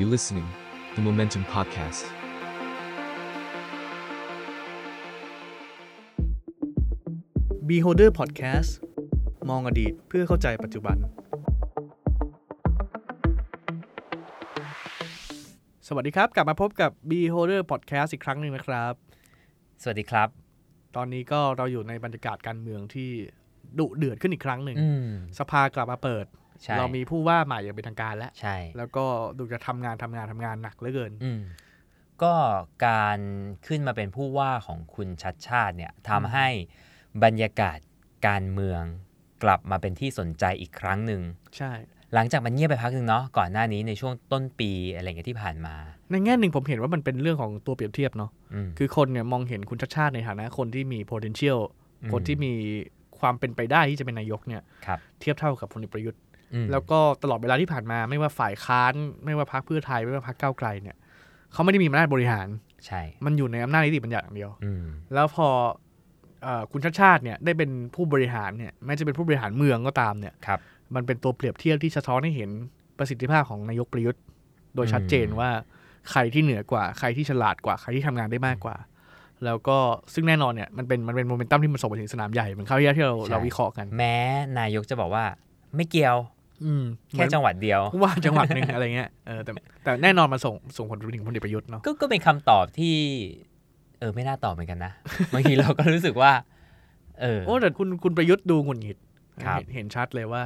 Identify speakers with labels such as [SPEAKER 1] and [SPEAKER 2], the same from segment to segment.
[SPEAKER 1] You listening, the Momentum Podcast.
[SPEAKER 2] บีโฮเดอร์พอดแคสต์มองอดีตเพื่อเข้าใจปัจจุบัน สวัสดีครับ กลับมาพบกับ b e h o l d e r Podcast อีกครั้งหนึ่งนะครับ
[SPEAKER 3] สวัสดีครับ
[SPEAKER 2] ตอนนี้ก็เราอยู่ในบรรยากาศการเมืองที่ดุเดือดขึ้นอีกครั้งหนึ่ง
[SPEAKER 3] อืม
[SPEAKER 2] สภากลับมาเปิด
[SPEAKER 3] ใช่
[SPEAKER 2] เรามีผู้ว่าใหม่อย่างเป็นทางการแล้ว
[SPEAKER 3] ใช่
[SPEAKER 2] แล้วก็ดูจะทำงานทำงานทำงานหนักเหลือเกิน
[SPEAKER 3] อืมก็การขึ้นมาเป็นผู้ว่าของคุณชัดชาติเนี่ยทำให้บรรยากาศการเมืองกลับมาเป็นที่สนใจอีกครั้งหนึ่ง
[SPEAKER 2] ใช่
[SPEAKER 3] หลังจากมันเงียบไปพักหนึ่งเนาะก่อนหน้านี้ในช่วงต้นปีอะไรอย่างเงี้ยที่ผ่านมา
[SPEAKER 2] ในแง่หนึ่งผมเห็นว่ามันเป็นเรื่องของตัวเปรียบเทียบเนาะ
[SPEAKER 3] อืม
[SPEAKER 2] คือคนเนี่ยมองเห็นคุณชาติชาติในฐานะคนที่มี potential
[SPEAKER 3] อืม
[SPEAKER 2] คนที่มีความเป็นไปได้ที่จะเป็นนายกเนี่ย
[SPEAKER 3] ครับ
[SPEAKER 2] เทียบเท่ากับพลเอกประยุทธ์
[SPEAKER 3] อืม
[SPEAKER 2] แล้วก็ตลอดเวลาที่ผ่านมาไม่ว่าฝ่ายค้านไม่ว่าพรรคเพื่อไทยไม่ว่าพรรคก้าวไกลเนี่ยเขาไม่ได้มีอำนาจบริหาร
[SPEAKER 3] ใช่
[SPEAKER 2] มันอยู่ในอำนาจนิติบัญญัติอย่างเดียว
[SPEAKER 3] อืม
[SPEAKER 2] แล้วพอเอ่อคุณชาติชาติเนี่ยได้เป็นผู้บริหารเนี่ยแม้จะเป็นผู้บริหารเมืองก็ตามเนี่ย
[SPEAKER 3] ครับ
[SPEAKER 2] มันเป็นตัวเปรียบเทียบที่สะท้อนให้เห็นประสิทธิภาพของนายกประยุทธ์ โดยชัดเจน
[SPEAKER 3] อืม
[SPEAKER 2] ว่าใครที่เหนือกว่า ใครที่ฉลาดกว่า ใครที่ทำงานได้มากกว่า แล้วก็ซึ่งแน่นอนเนี่ยมันเป็นมันเป็นโมเมนตัมที่มันส่งไปถึงสนามใหญ่เหมือนคราวที่แล้วที่เราเราวิเคราะห์กัน
[SPEAKER 3] แม้นายกจะบอกว่าไม่เกี่ยว
[SPEAKER 2] อืม
[SPEAKER 3] แค่จังหวัดเดียว
[SPEAKER 2] ผู้ว่าจังหวัดหนึ่งอะไรเงี้ยเออแต่แต่แน่นอนมันส่งส่งผลไปถึงพลเอกประยุทธ์เนาะ
[SPEAKER 3] ก็ก็เป็นคำตอบที่ เออไม่น่าตอบเหมือนกัน นะ บางทีเราก็รู้สึกว่า เออ
[SPEAKER 2] โอ้แต่คุณคุณประยุทธ์ดูหงุดหงิด
[SPEAKER 3] ครับ
[SPEAKER 2] เห็นเห็นชัดเลยว่า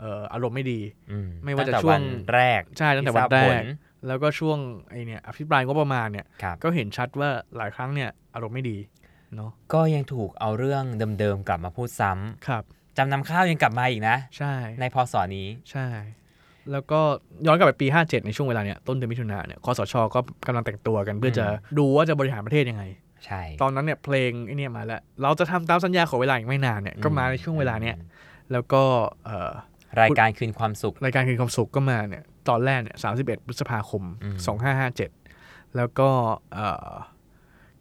[SPEAKER 2] เอ่ออารมณ์ไม่ดี
[SPEAKER 3] อื
[SPEAKER 2] ไม่ว่าจะ
[SPEAKER 3] ตั้แต่
[SPEAKER 2] ช่วง
[SPEAKER 3] นแรก
[SPEAKER 2] ใช่ตั้งแต่
[SPEAKER 3] ที่
[SPEAKER 2] วัน
[SPEAKER 3] ทราบ
[SPEAKER 2] แรก
[SPEAKER 3] ผล
[SPEAKER 2] แล้วก็ช่วงไอเนี่ยอภิปรายงบประมาณเนี่ย
[SPEAKER 3] ครับ
[SPEAKER 2] ก็เห็นชัดว่าหลายครั้งเนี่ยอารมณ์ไม่ดีเนาะ
[SPEAKER 3] ก็ยังถูกเอาเรื่องเดิมๆกลับมาพูดซ้ำ
[SPEAKER 2] ครับ
[SPEAKER 3] จำนำข้าวยังกลับมาอีกนะ
[SPEAKER 2] ใช่
[SPEAKER 3] ในพศนี้
[SPEAKER 2] ใช่ แล้วก็ย้อนกลับไปปี 57 ในช่วงเวลาเนี่ยต้นเดือนมิถุนาเนี่ยคอสชก็กำลังแต่งตัวกันเพื่อจะ
[SPEAKER 3] อื
[SPEAKER 2] ดูว่าจะบริหารประเทศยังไง
[SPEAKER 3] ใช่
[SPEAKER 2] ตอนนั้นเนี่ยเพลงไอเนี่ยมาแล้ว เราจะทำตามสัญญาขอเวลาอีกไม่นานเนี่ยก็มาในช่วงเวลาเนี่ย แล้วก็เอ่อ
[SPEAKER 3] รายการคืนความสุข
[SPEAKER 2] รายการคืนความสุขก็มาเนี่ยตอนแรกเนี่ยสาพฤษภาคม
[SPEAKER 3] อืม
[SPEAKER 2] 2557 แล้วก็เอ่อ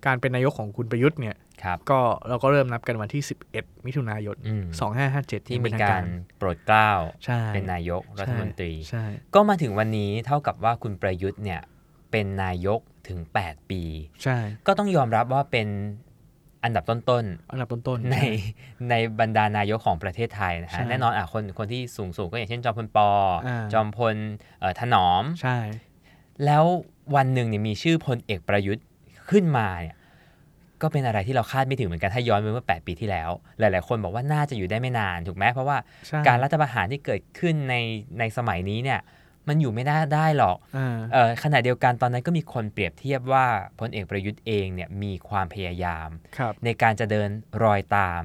[SPEAKER 2] การเป็นนายกของคุณประยุทธ์เนี่ย
[SPEAKER 3] ครับ
[SPEAKER 2] ก็เราก็เริ่มนับกันวันที่ 11 มิถุนายน
[SPEAKER 3] อืม
[SPEAKER 2] 2557
[SPEAKER 3] ที่มี
[SPEAKER 2] เป็นทง
[SPEAKER 3] การโปรดเกล้า
[SPEAKER 2] ใช่
[SPEAKER 3] เป็นนายกรัฐมนตรี
[SPEAKER 2] ใช่
[SPEAKER 3] ก็มาถึงวันนี้เท่ากับว่าคุณประยุทธ์เนี่ย เป็นนายกถึง 8 ปี
[SPEAKER 2] ใช่
[SPEAKER 3] ก็ต้องยอมรับว่าเป็นอันดับต้น
[SPEAKER 2] อันดับต้น
[SPEAKER 3] ๆ ในในบรรดานายกของประเทศไทยนะ
[SPEAKER 2] ใช่
[SPEAKER 3] ฮะแน่นอนอ่ะคนคนที่สูงสูงๆก็อย่างเช่นจอมพลปออา จอมพลเอ่อถนอม
[SPEAKER 2] ใช่
[SPEAKER 3] แล้ววันหนึ่งเนี่ยมีชื่อพลเอกประยุทธ์ขึ้นมาเนี่ยก็เป็นอะไรที่เราคาดไม่ถึงเหมือนกันถ้าย้อนไปเมื่อ 8 ปีที่แล้ว หลาย ๆ คนบอกว่าน่าจะอยู่ได้ไม่นานถูกไหมเพราะว่า
[SPEAKER 2] ใช่
[SPEAKER 3] การรัฐประหารที่เกิดขึ้นในในสมัยนี้เนี่ยมันอยู่ไม่ได้ได้หรอก
[SPEAKER 2] อ่า
[SPEAKER 3] เอ่อขณะเดียวกันตอนนั้นก็มีคนเปรียบเทียบว่าพลเอกประยุทธ์เองเนี่ยมีความพยายาม
[SPEAKER 2] ครับ
[SPEAKER 3] ในการจะเดินรอยตาม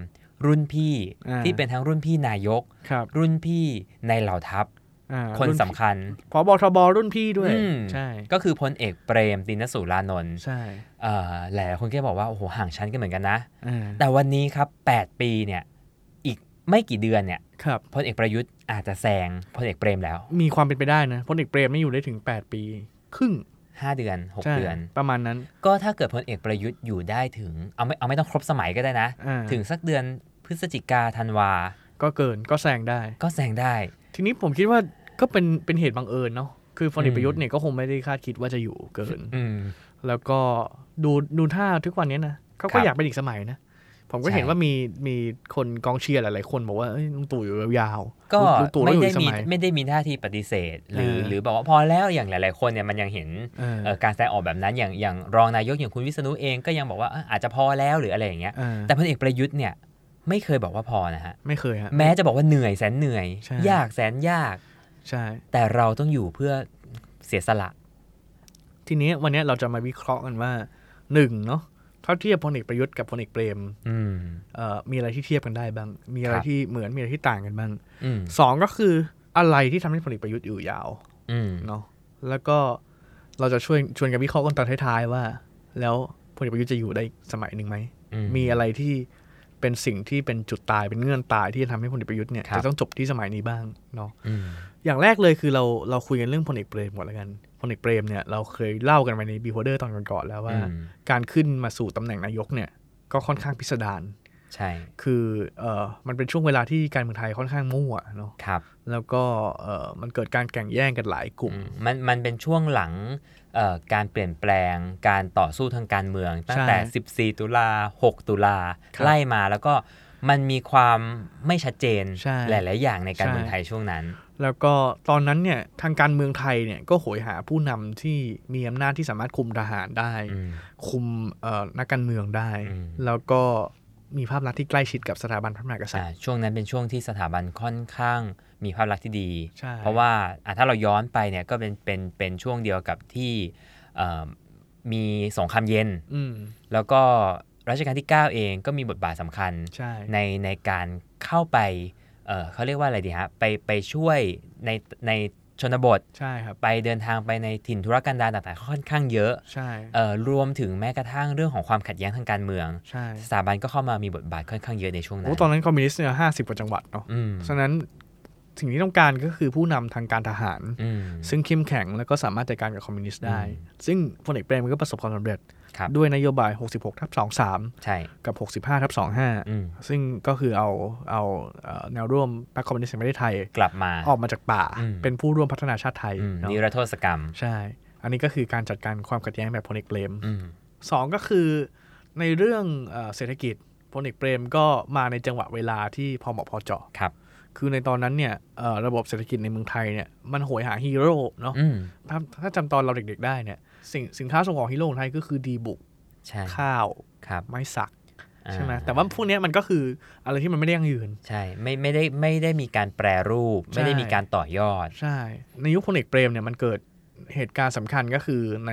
[SPEAKER 3] รุ่นพี่
[SPEAKER 2] อ่า
[SPEAKER 3] ที่เป็นทั้งรุ่นพี่นายก
[SPEAKER 2] ครับ
[SPEAKER 3] รุ่นพี่ในเหล่าทัพ
[SPEAKER 2] อ่า
[SPEAKER 3] คน
[SPEAKER 2] รุ่
[SPEAKER 3] สำคัญ
[SPEAKER 2] พอบทบรุ่นพี่ด้วย
[SPEAKER 3] อืม
[SPEAKER 2] ใช่
[SPEAKER 3] ก็คือพลเอกเปรมตินสุรานนท์
[SPEAKER 2] ใช่
[SPEAKER 3] เอ่อหลายๆคนก็บอกว่าโอ้โหห่างชั้นกันเหมือนกันนะ
[SPEAKER 2] อ่า
[SPEAKER 3] แต่วันนี้ครับ 8 ปีเนี่ยอีกไม่กี่เดือนเนี่ย
[SPEAKER 2] ครับ
[SPEAKER 3] พลเอกประยุทธ์อาจจะแซงพลเอกเปรมแล้ว
[SPEAKER 2] มีความเป็นไปได้นะพลเอกเปรมนี่อยู่ได้ถึง 8 ปีครึ่ง
[SPEAKER 3] 5 เดือน
[SPEAKER 2] ใช่
[SPEAKER 3] 6 เดือน
[SPEAKER 2] ประมาณนั้น
[SPEAKER 3] ก็ถ้าเกิดพลเอกประยุทธ์อยู่ได้ถึงเอาไม่เอาไม่ต้องครบสมัยก็ได้นะ
[SPEAKER 2] อ่า
[SPEAKER 3] ถึงสักเดือนพฤศจิกาธันวา
[SPEAKER 2] ก็เกินก็แซงได้
[SPEAKER 3] ก็แซงได้
[SPEAKER 2] ทีนี้ผมคิดว่าก็เป็นเป็นเหตุบังเอิญเนาะคือฟอนิ
[SPEAKER 3] อืม
[SPEAKER 2] ประยุทธ์เนี่ยก็คงไม่ได้คาดคิดว่าจะอยู่เกิน
[SPEAKER 3] อืม
[SPEAKER 2] แล้วก็ดูดูท่าทุกวันเนี้ยนะเขา
[SPEAKER 3] ครั
[SPEAKER 2] ก็
[SPEAKER 3] บ
[SPEAKER 2] อยากเป็นอีกสมัยนะ ผมก็เห็น
[SPEAKER 3] ใช่
[SPEAKER 2] ว่ามีมีคนกองเชียร์หลายๆคนบอกว่าเอ้ยลุงตู่อยู่ยาวๆ
[SPEAKER 3] ก็
[SPEAKER 2] ลุงตู่ต้อ
[SPEAKER 3] ไม่
[SPEAKER 2] งอยู่
[SPEAKER 3] ได้
[SPEAKER 2] อีกส
[SPEAKER 3] มี
[SPEAKER 2] มัย
[SPEAKER 3] ไม่ได้มีท่าทีปฏิเสธ หรือ
[SPEAKER 2] เออ
[SPEAKER 3] หรือบอกว่าพอแล้วอย่างหลาย ๆ คนเนี่ยมันยังเห็น
[SPEAKER 2] เออ
[SPEAKER 3] เอ่อการแสดงออกแบบนั้นอย่างอย่างรองนายกอย่างคุณวิษณุเองก็ยังบอกว่าเอ้ออาจจะพอแล้วหรืออะไรอย่างเงี้ย
[SPEAKER 2] เออ
[SPEAKER 3] แต่พลเอกประยุทธ์เนี่ยไม่เคยบอกว่าพอนะฮะ
[SPEAKER 2] ไม่เคยฮะ
[SPEAKER 3] แม้จะบอกว่าเหนื่อยแสนเหนื่อย
[SPEAKER 2] ใช่
[SPEAKER 3] ยากแสนยาก
[SPEAKER 2] ใช่
[SPEAKER 3] แต่เราต้องอยู่เพื่อเสียสละ
[SPEAKER 2] ทีนี้วันเนี้ยเราจะมาวิเคราะห์กันว่าหนึ่งเนาะเท่าเทียบพลเอกประยุทธ์กับพลเอกเปรม
[SPEAKER 3] อืม
[SPEAKER 2] เอ่อมีอะไรที่เทียบกันได้บ้าง มีอะไร
[SPEAKER 3] ครับ
[SPEAKER 2] ที่เหมือนมีอะไรที่ต่างกันบ้าง
[SPEAKER 3] อืม
[SPEAKER 2] สองก็คืออะไรที่ทำให้พลเอกประยุทธ์อยู่ยาว
[SPEAKER 3] อืม
[SPEAKER 2] เนาะแล้วก็เราจะช่วยชวนกันวิเคราะห์กันตอนท้ายๆว่า แล้วพลเอกประยุทธ์จะอยู่ได้อีกสมัยหนึ่งไหม
[SPEAKER 3] อื
[SPEAKER 2] มีอะไรที่เป็นสิ่งที่เป็นจุดตายเป็นเงื่อนตายที่จะทำให้พลเอกประยุทธ์เนี่ย
[SPEAKER 3] ครับ
[SPEAKER 2] จะต้องจบที่สมัยนี้บ้างเนาะ
[SPEAKER 3] อืม
[SPEAKER 2] อย่างแรกเลยคือเราเราคุยกันเรื่องพลเอกเปรมก่อนละกันพลเอกเปรมเนี่ยเราเคยเล่ากันไปในบีโฮเดอร์ตอนก่อนๆแล้วว่า
[SPEAKER 3] อืม
[SPEAKER 2] การขึ้นมาสู่ตำแหน่งนายกเนี่ยก็ค่อนข้างพิสดาร
[SPEAKER 3] ใช่
[SPEAKER 2] คือเออมันเป็นช่วงเวลาที่การเมืองไทยค่อนข้างมั่วเนาะ
[SPEAKER 3] ครับ
[SPEAKER 2] แล้วก็เออมันเกิดการแข่งแย่งกันหลายกลุ่ม
[SPEAKER 3] อืมมันมันเป็นช่วงหลังเอ่อการเปลี่ยนแปลงการต่อสู้ทางการเมือง ตั้งแต่
[SPEAKER 2] ใช่
[SPEAKER 3] 14 ตุลา 6 ตุลา
[SPEAKER 2] ครับ
[SPEAKER 3] ไล่มาแล้วก็มันมีความไม่ชัดเจน
[SPEAKER 2] ใช่
[SPEAKER 3] หลาย ๆ อย่างในการ
[SPEAKER 2] ใช่
[SPEAKER 3] เมืองไทยช่วงนั้น
[SPEAKER 2] แล้วก็ตอนนั้นเนี่ยทางการเมืองไทยเนี่ยก็โหยหาผู้นำที่มีอำนาจที่สามารถคุมทหารได้
[SPEAKER 3] อืม
[SPEAKER 2] คุมเอ่อนักการเมืองได้
[SPEAKER 3] อืม
[SPEAKER 2] แล้วก็มีภาพลักษณ์ที่ใกล้ชิดกับสถาบันพระมหากษัตริ
[SPEAKER 3] อ่า
[SPEAKER 2] ย์
[SPEAKER 3] ช่วงนั้นเป็นช่วงที่สถาบันค่อนข้างมีภาพลักษณ์ที่ดี
[SPEAKER 2] ใช่
[SPEAKER 3] เพราะว่าอ่ะถ้าเราย้อนไปเนี่ยก็เป็นเป็นเป็นช่วงเดียวกับที่เอ่อมีสงครามเย็น
[SPEAKER 2] อืม
[SPEAKER 3] แล้วก็รัชกาลที่ 9 เองก็มีบทบาทสำคัญ
[SPEAKER 2] ใช่
[SPEAKER 3] ในในการเข้าไปเอ่อเขาเรียกว่าอะไรดีฮะไปไปช่วยในในชนบท
[SPEAKER 2] ใช่ครับ
[SPEAKER 3] ไปเดินทางไปในถิ่นธุรกันดารต่างๆ ค่อนข้างเยอะ
[SPEAKER 2] ใช่
[SPEAKER 3] เอ่อรวมถึงแม้กระทั่งเรื่องของความขัดแย้งทางการเมือง
[SPEAKER 2] ใช่
[SPEAKER 3] สถาบันก็เข้ามามีบทบาทค่อนข้างเยอะในช่วงนั้
[SPEAKER 2] โอ้
[SPEAKER 3] น
[SPEAKER 2] ตอนนั้นคอมมิวนิสต์เนี่ยห้าสิบกว่าจังหวัดเนาะ
[SPEAKER 3] อืม
[SPEAKER 2] ฉะนั้นสิ่งที่ต้องการก็คือผู้นำทางการทหาร
[SPEAKER 3] อืม
[SPEAKER 2] ซึ่งเข้มแข็งแล้วก็สามารถจัดการกับคอมมิวนิสต์ได้
[SPEAKER 3] อื
[SPEAKER 2] ซึ่งพลเอกเปรมก็ประสบความสำเร็จ
[SPEAKER 3] ครับ
[SPEAKER 2] ด้วยนโยบาย 66ทับ23
[SPEAKER 3] ใช่
[SPEAKER 2] กับ 65ทับ
[SPEAKER 3] อืม
[SPEAKER 2] 25 ซึ่งก็คือเอาเอาเอ่อแนวร่วมพรรคคอมมิวนิสต์แห่งประเทศไทย
[SPEAKER 3] กลับมา
[SPEAKER 2] ออกมาจากป่า
[SPEAKER 3] อืม
[SPEAKER 2] เป็นผู้ร่วมพัฒนาชาติไทย
[SPEAKER 3] อืม
[SPEAKER 2] เนอะ
[SPEAKER 3] นิรโทษกรรม
[SPEAKER 2] ใช่ อันนี้ก็คือการจัดการความขัดแย้งแบบพลเอกเปรม
[SPEAKER 3] อืม
[SPEAKER 2] สองก็คือในเรื่องเอ่อเศรษฐกิจพลเอกเปรมก็มาในจังหวะเวลาที่พอเหมาะพอเจาะ
[SPEAKER 3] ครับ
[SPEAKER 2] คือในตอนนั้นเนี่ยเอ่อระบบเศรษฐกิจในเมืองไทยเนี่ยมันโหยหาฮีโร่เนาะ
[SPEAKER 3] อืม
[SPEAKER 2] ถ้าถ้าจำตอนเราเด็กๆได้เนี่ยสินสินค้าส่งออกฮีโร่ของไทยก็คือดีบุก
[SPEAKER 3] ใช่
[SPEAKER 2] ข้าว
[SPEAKER 3] ครับ
[SPEAKER 2] ไม้สักใช่ไหม
[SPEAKER 3] อ่
[SPEAKER 2] แต่ว่าพวกเนี้ยมันก็คืออะไรที่มันไม่ได้ยั่งยืน
[SPEAKER 3] ใช่ไม่ไม่ได้ไม่ได้มีการแปรรูป ไม่ได้มีการต่อยอด
[SPEAKER 2] ใช่ ในยุคพลเอกเปรมเนี่ยมันเกิดเหตุการณ์สำคัญก็คือใน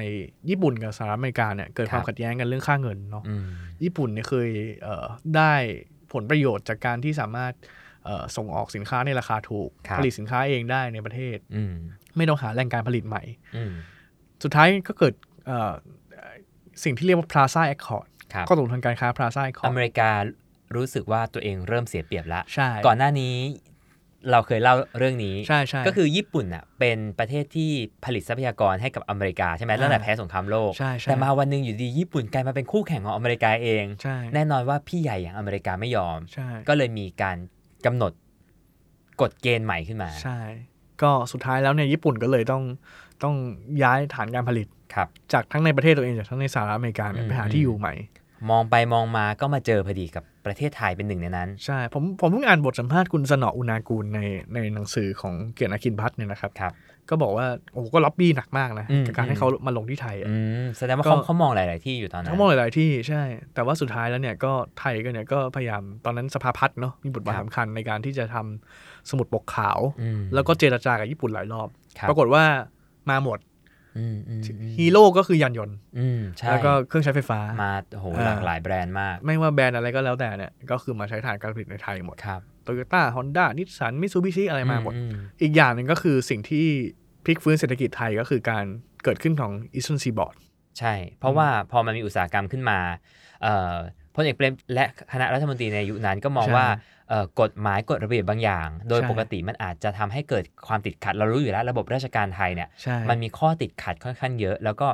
[SPEAKER 2] ญี่ปุ่นกับสหรัฐอเมริกาเนี่ยเกิด
[SPEAKER 3] ครับ
[SPEAKER 2] ความขัดแย้งกันเรื่องค่าเงินเนาะ
[SPEAKER 3] อืม
[SPEAKER 2] ญี่ปุ่นเนี่ยเคยเอ่อได้ผลประโยชน์จากการที่สามารถเอ่อส่งออกสินค้าในราคาถูก
[SPEAKER 3] ครับ
[SPEAKER 2] ผลิตสินค้าเองได้ในประเทศ
[SPEAKER 3] อืม
[SPEAKER 2] ไม่ต้องหาแหล่งการผลิตใหม่
[SPEAKER 3] อืม
[SPEAKER 2] สุดท้ายก็เกิดเอ่อสิ่งที่เรียกว่า Plaza Accord
[SPEAKER 3] ครับ
[SPEAKER 2] ข้อตกลงทางการค้า Plaza
[SPEAKER 3] อ
[SPEAKER 2] Accord
[SPEAKER 3] เมริการู้สึกว่าตัวเองเริ่มเสียเปรียบละ
[SPEAKER 2] ใช่
[SPEAKER 3] ก่อนหน้านี้เราเคยเล่าเรื่องนี้
[SPEAKER 2] ใช่ใช่
[SPEAKER 3] ก็คือญี่ปุ่นอ่ะเป็นประเทศที่ผลิตทรัพยากรให้กับอเมริกาใช่ไหม
[SPEAKER 2] อ่า
[SPEAKER 3] ตั้งแต่แพ้สงครามโลก
[SPEAKER 2] ใช่ใช่
[SPEAKER 3] แต่มาวันหนึ่งอยู่ดีญี่ปุ่นกลายมาเป็นคู่แข่งของอเมริกาเอง
[SPEAKER 2] ใช่
[SPEAKER 3] แน่นอนว่าพี่ใหญ่อย่างอเมริกาไม่ยอม
[SPEAKER 2] ใช่
[SPEAKER 3] ก็เลยมีการกำหนดกฎเกณฑ์ใหม่ขึ้นมา
[SPEAKER 2] ใช่ ก็สุดท้ายแล้วเนี่ยญี่ปุ่นก็เลยต้องต้องย้ายฐานการผลิต
[SPEAKER 3] ครับ
[SPEAKER 2] จากทั้งในประเทศตัวเองจากทั้งในสหรัฐอเมริกาเนี่ย
[SPEAKER 3] อืม
[SPEAKER 2] ไปหาที่อยู่ใหม่
[SPEAKER 3] มองไปมองมาก็มาเจอพอดีกับประเทศไทยเป็นหนึ่งในนั้น
[SPEAKER 2] ใช่ผมผมเพิ่งอ่านบทสัมภาษณ์คุณสนออุณากูลในในหนังสือของเกียรติอาคินพัฒน์เนี่ยนะครับ
[SPEAKER 3] ครับ
[SPEAKER 2] ก็บอกว่าโอ้โหก็ล็อบบี้หนักมากนะ
[SPEAKER 3] อืม
[SPEAKER 2] กับการ
[SPEAKER 3] อืม
[SPEAKER 2] ให้เขามาลงที่ไทยอะ
[SPEAKER 3] อืมแสดงว่าเขา
[SPEAKER 2] ก็
[SPEAKER 3] เขามองหลาย ๆ ที่อยู่ตอนนั้น
[SPEAKER 2] ทั้งหมดหลาย ๆ ที่ใช่ แต่ว่าสุดท้ายแล้วเนี่ยก็ไทยก็เนี่ยก็พยายามตอนนั้นสภาพัฒน์เนาะมีบทบาท
[SPEAKER 3] ครับ
[SPEAKER 2] สำคัญในการที่จะทำสมุดปกขาว
[SPEAKER 3] อืม
[SPEAKER 2] แล้วก็เจราจากับญี่ปุ่นหลายรอบ
[SPEAKER 3] ครับ
[SPEAKER 2] ปรากฏว่ามาหมด
[SPEAKER 3] อืมอืมอืม
[SPEAKER 2] ฮีโร่ก็คือยานยนต์
[SPEAKER 3] อืมใช่
[SPEAKER 2] แล้วก็เครื่องใช้ไฟฟ้า
[SPEAKER 3] มาโอ้โห
[SPEAKER 2] อ่า
[SPEAKER 3] หลากหลายแบรนด์มาก
[SPEAKER 2] ไม่ว่าแบรนด์อะไรก็แล้วแต่เนี่ยก็คือมาใช้ฐานการผลิตในไทยหมด
[SPEAKER 3] ครับ
[SPEAKER 2] โตโยต้าฮอนด้านิสสันมิซูบิชิอะไรมาหมด
[SPEAKER 3] อื
[SPEAKER 2] อีกอย่างหนึ่งก็คือสิ่งที่พลิกฟื้นเศรษฐกิจไทยก็คือการเกิดขึ้นของอีส n นซีบอร์ด
[SPEAKER 3] ใช่ เพราะว่าพอมันมีอุตสาหกรรมขึ้นมาเอ่อพลเอกเปรมและคณะรัฐมนตรีในยุคนั้นก็มอง
[SPEAKER 2] ใช่
[SPEAKER 3] ว่าเอ่อกฎหมายกฎระเบียบบางอย่าง โดย
[SPEAKER 2] ใช่
[SPEAKER 3] ปกติมันอาจจะทำให้เกิดความติดขัด เรารู้อยู่แล้วระบบราชการไทยเนี่ย
[SPEAKER 2] ใช่
[SPEAKER 3] มันมีข้อติดขัดค่อนข้างเยอะ แล้วก็